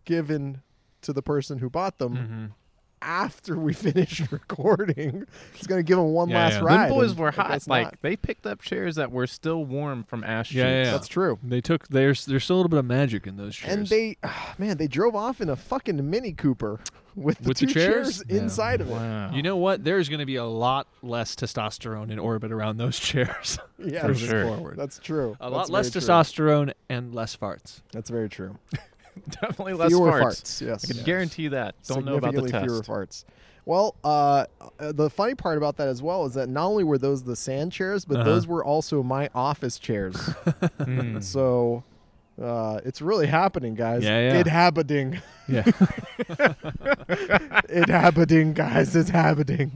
Speaker 2: given to the person who bought
Speaker 3: Mm-hmm.
Speaker 2: them after we [LAUGHS] finish recording. It's gonna give them one
Speaker 3: Yeah,
Speaker 2: last
Speaker 3: yeah. Them
Speaker 1: Them
Speaker 2: ride.
Speaker 1: boys
Speaker 2: and-
Speaker 1: were
Speaker 2: but
Speaker 1: hot.
Speaker 2: that's
Speaker 1: Like
Speaker 2: not-
Speaker 1: they picked up chairs that were still warm from ash
Speaker 3: Yeah, yeah,
Speaker 1: shoots.
Speaker 3: yeah.
Speaker 2: that's true.
Speaker 3: They took there's there's still a little bit of magic in those chairs.
Speaker 2: And they, ah, man, they drove off in a fucking Mini Cooper with the
Speaker 3: With the
Speaker 2: two
Speaker 3: chairs?
Speaker 2: [LAUGHS]
Speaker 3: Yeah.
Speaker 2: inside of it.
Speaker 1: Wow.
Speaker 3: you know what? There's going to be a lot less testosterone in orbit around those [LAUGHS] chairs.
Speaker 2: Yeah,
Speaker 1: For
Speaker 3: moving
Speaker 1: sure.
Speaker 3: Forward.
Speaker 2: that's true.
Speaker 3: a
Speaker 2: That's
Speaker 3: lot
Speaker 2: very
Speaker 3: less
Speaker 2: true.
Speaker 3: testosterone and less farts.
Speaker 2: That's very true.
Speaker 1: [LAUGHS] definitely less
Speaker 2: fewer
Speaker 1: farts.
Speaker 2: farts. Yes,
Speaker 1: I can guarantee that. Don't know about the
Speaker 2: Significantly
Speaker 1: test.
Speaker 2: fewer farts. Well, uh, uh, the funny part about that as well is that not only were those the sand chairs, but
Speaker 3: Uh-huh.
Speaker 2: those were also my office
Speaker 3: [LAUGHS]
Speaker 2: chairs.
Speaker 1: Mm.
Speaker 2: so uh, it's really happening, guys.
Speaker 3: Yeah, yeah.
Speaker 2: It happening.
Speaker 3: Yeah.
Speaker 2: [LAUGHS] it happening, guys. It's happening.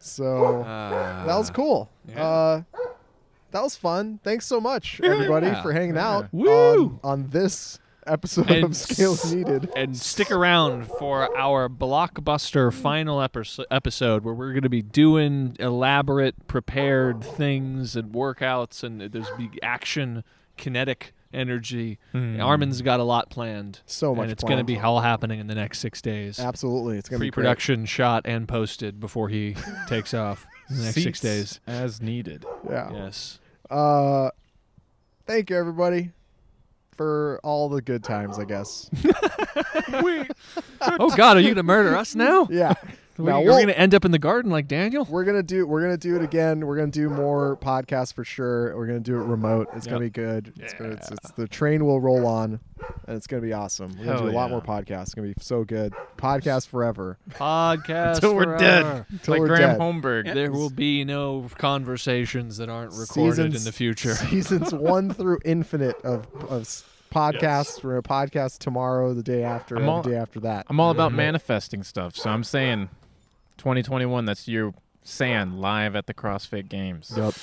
Speaker 2: So that was cool.
Speaker 3: Ah. yeah.
Speaker 2: Uh, that was fun. Thanks so much, everybody,
Speaker 3: Yeah.
Speaker 2: for hanging out
Speaker 3: Woo!
Speaker 2: On, on this episode
Speaker 3: And
Speaker 2: of Scales
Speaker 3: s-
Speaker 2: Needed.
Speaker 3: [LAUGHS] And stick around for our blockbuster final epis- episode where we're going to be doing elaborate, prepared things and workouts, and there's big action, kinetic energy. Mm. Armin's got a lot planned.
Speaker 2: So much
Speaker 3: And it's going to
Speaker 2: planned.
Speaker 3: be all happening in the next six days.
Speaker 2: Absolutely, it's gonna
Speaker 3: Pre
Speaker 2: be great.
Speaker 3: production shot and posted
Speaker 2: [LAUGHS]
Speaker 3: before he takes off in the next
Speaker 1: Seats
Speaker 3: six days.
Speaker 1: as needed.
Speaker 2: Yeah.
Speaker 3: Yes.
Speaker 2: Uh, thank you, everybody, for all the good times. I guess.
Speaker 3: Oh, God, are you going to murder
Speaker 2: [LAUGHS]
Speaker 3: us now?
Speaker 1: [LAUGHS]
Speaker 2: Yeah.
Speaker 3: We're
Speaker 2: now
Speaker 3: going
Speaker 2: we'll,
Speaker 3: to end up in the garden like Daniel?
Speaker 2: we're gonna do we're gonna do it again. We're gonna do more podcasts for sure. We're gonna do it remote. It's gonna be good. It's, gonna, it's, it's the train will roll on, and it's gonna be awesome. We're gonna
Speaker 1: Hell
Speaker 2: do a lot
Speaker 1: yeah.
Speaker 2: more podcasts. It's gonna be so good. Podcast forever.
Speaker 3: [LAUGHS] Podcast.
Speaker 1: Till we're dead.
Speaker 3: forever.
Speaker 2: Till
Speaker 1: like
Speaker 2: we're
Speaker 1: Graham
Speaker 2: dead.
Speaker 1: Holmberg.
Speaker 3: There will be no conversations that aren't recorded in
Speaker 2: Seasons-
Speaker 3: the [LAUGHS]
Speaker 2: [LAUGHS]
Speaker 3: future.
Speaker 2: seasons one through infinite of of s- podcasts. We're gonna podcast tomorrow, the day after,
Speaker 1: I'm
Speaker 2: and
Speaker 1: all-
Speaker 2: the day after that.
Speaker 1: I'm all about manifesting stuff, so I'm saying 2021, that's your sand live at the CrossFit Games.
Speaker 2: Yup.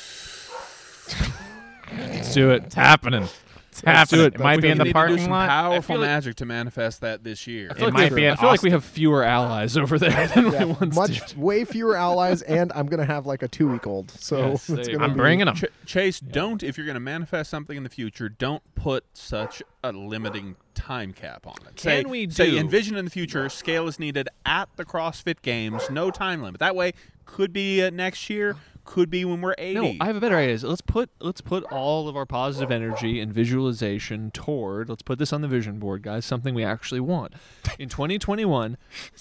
Speaker 3: Let's do it.
Speaker 1: It's happening. It's happening.
Speaker 3: do
Speaker 1: It,
Speaker 3: it.
Speaker 1: might
Speaker 3: We
Speaker 1: be in
Speaker 4: We
Speaker 1: the
Speaker 4: need to do
Speaker 1: parking
Speaker 4: some
Speaker 1: lot.
Speaker 3: I
Speaker 4: Powerful
Speaker 3: feel like-
Speaker 4: magic to manifest that this year.
Speaker 1: It might be
Speaker 3: I
Speaker 1: in
Speaker 3: feel like we
Speaker 1: Austin.
Speaker 3: have fewer allies over there [LAUGHS] than
Speaker 2: Yeah,
Speaker 3: we once
Speaker 2: much
Speaker 3: did.
Speaker 1: [LAUGHS]
Speaker 2: way fewer allies, and I'm gonna have like a two week old. So it's
Speaker 3: Yes, there you
Speaker 2: gonna
Speaker 3: go.
Speaker 1: I'm
Speaker 2: be-
Speaker 1: bringing them.
Speaker 4: Ch- Chase, don't if you're going to manifest something in the future, don't put such a limiting time cap on it. say,
Speaker 3: Can we do-
Speaker 4: say envision in the future scale is needed at the CrossFit Games, no time limit. That way, could be uh, next year, could be when we're 80.
Speaker 3: No, I have a better idea. Is Let's put let's put all of our positive energy and visualization toward. Let's put this on the vision board, guys. Something we actually want. In 2021,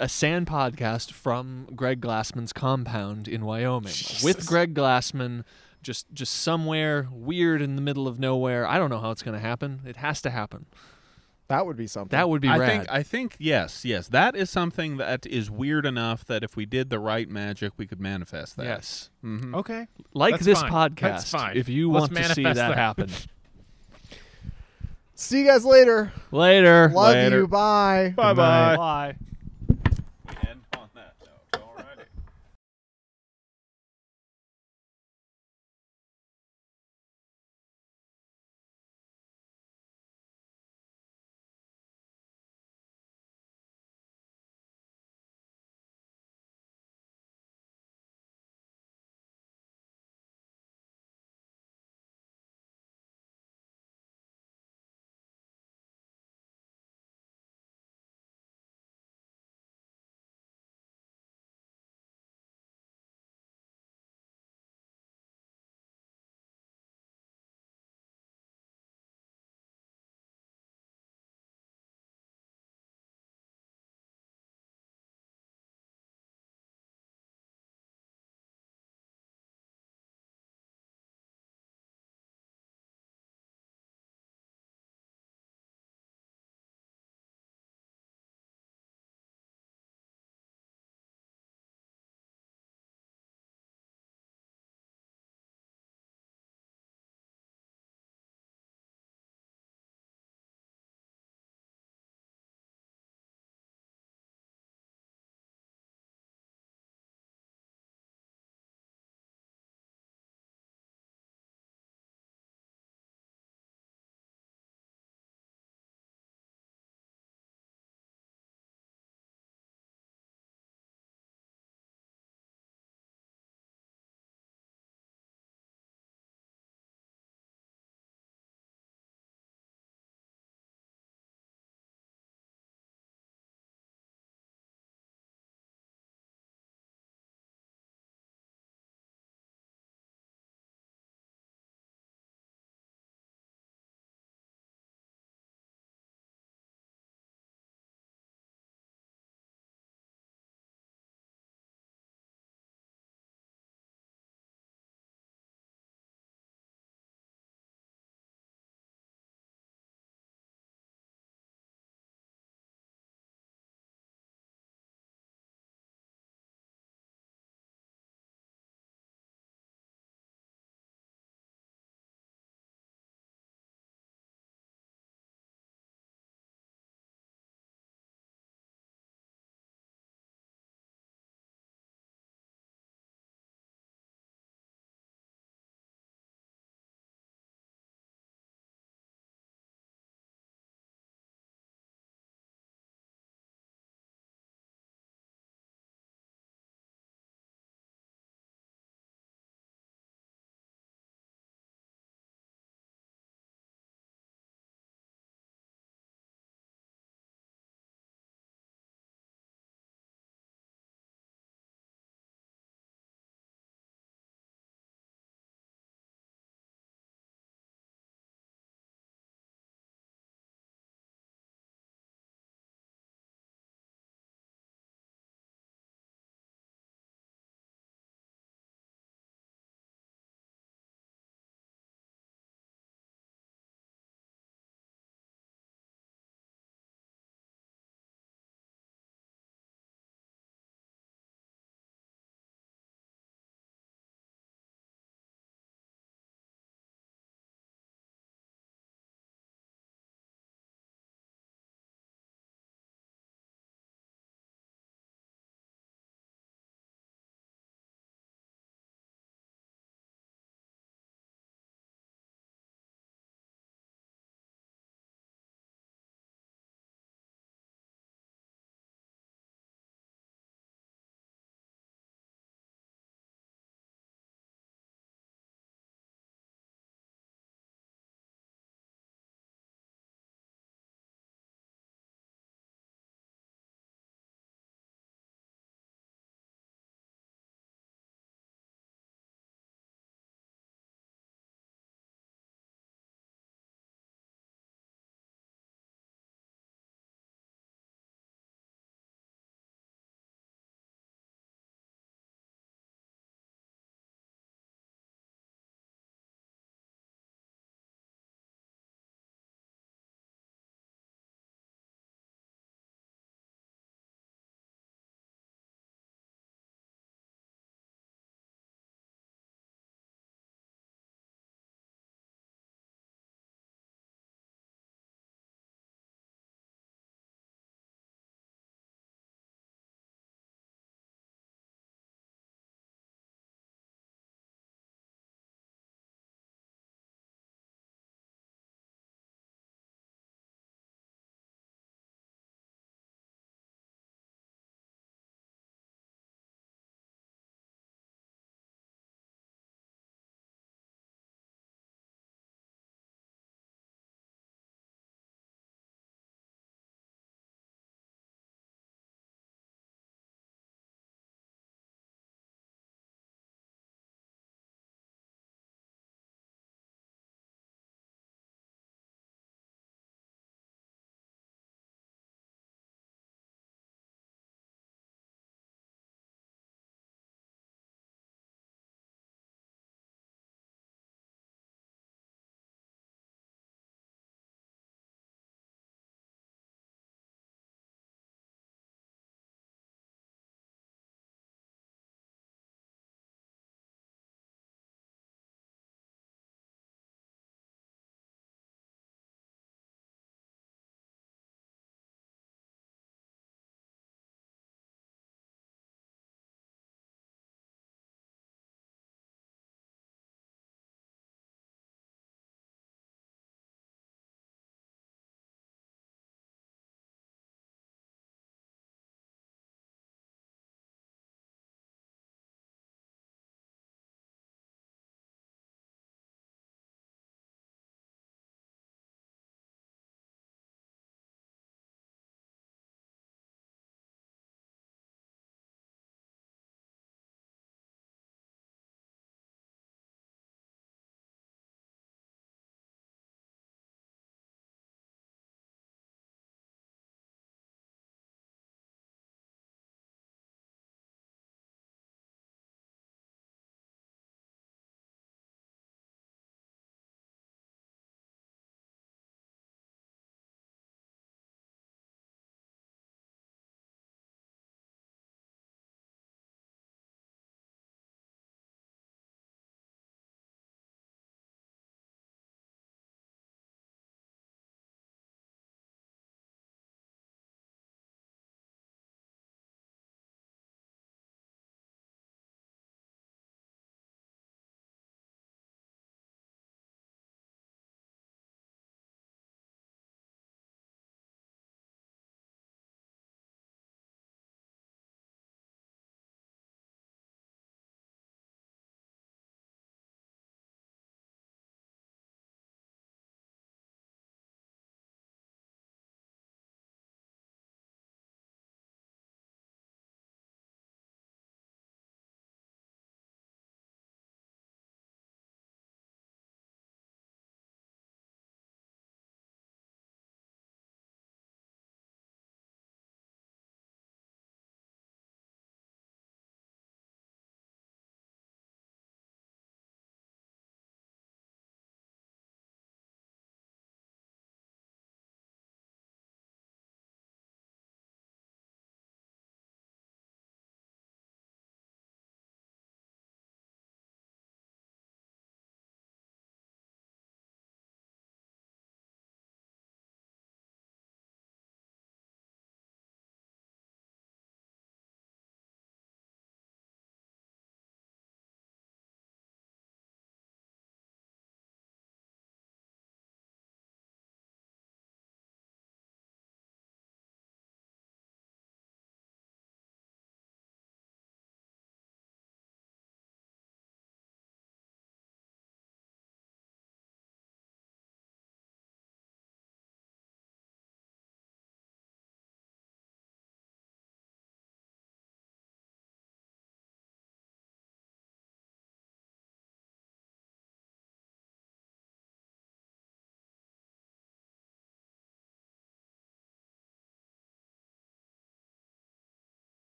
Speaker 3: a sand podcast from Greg Glassman's compound in Wyoming with Greg Glassman. Just just somewhere weird in the middle of nowhere. I don't know how it's going to happen. It has to happen.
Speaker 2: That would be something.
Speaker 3: That would be
Speaker 4: I
Speaker 3: rad.
Speaker 4: think I think yes, yes. That is something that is weird enough that if we did the right magic, we could manifest that. Mm-hmm.
Speaker 3: yes.
Speaker 1: Okay.
Speaker 3: Like
Speaker 1: That's
Speaker 3: this
Speaker 1: fine. That's
Speaker 3: podcast.
Speaker 1: fine.
Speaker 3: If you
Speaker 1: Let's
Speaker 3: want to see that,
Speaker 1: manifest that.
Speaker 3: happen.
Speaker 2: See you guys later.
Speaker 3: Later.
Speaker 2: Love
Speaker 4: Later.
Speaker 2: you. Bye.
Speaker 3: Bye-bye. Bye.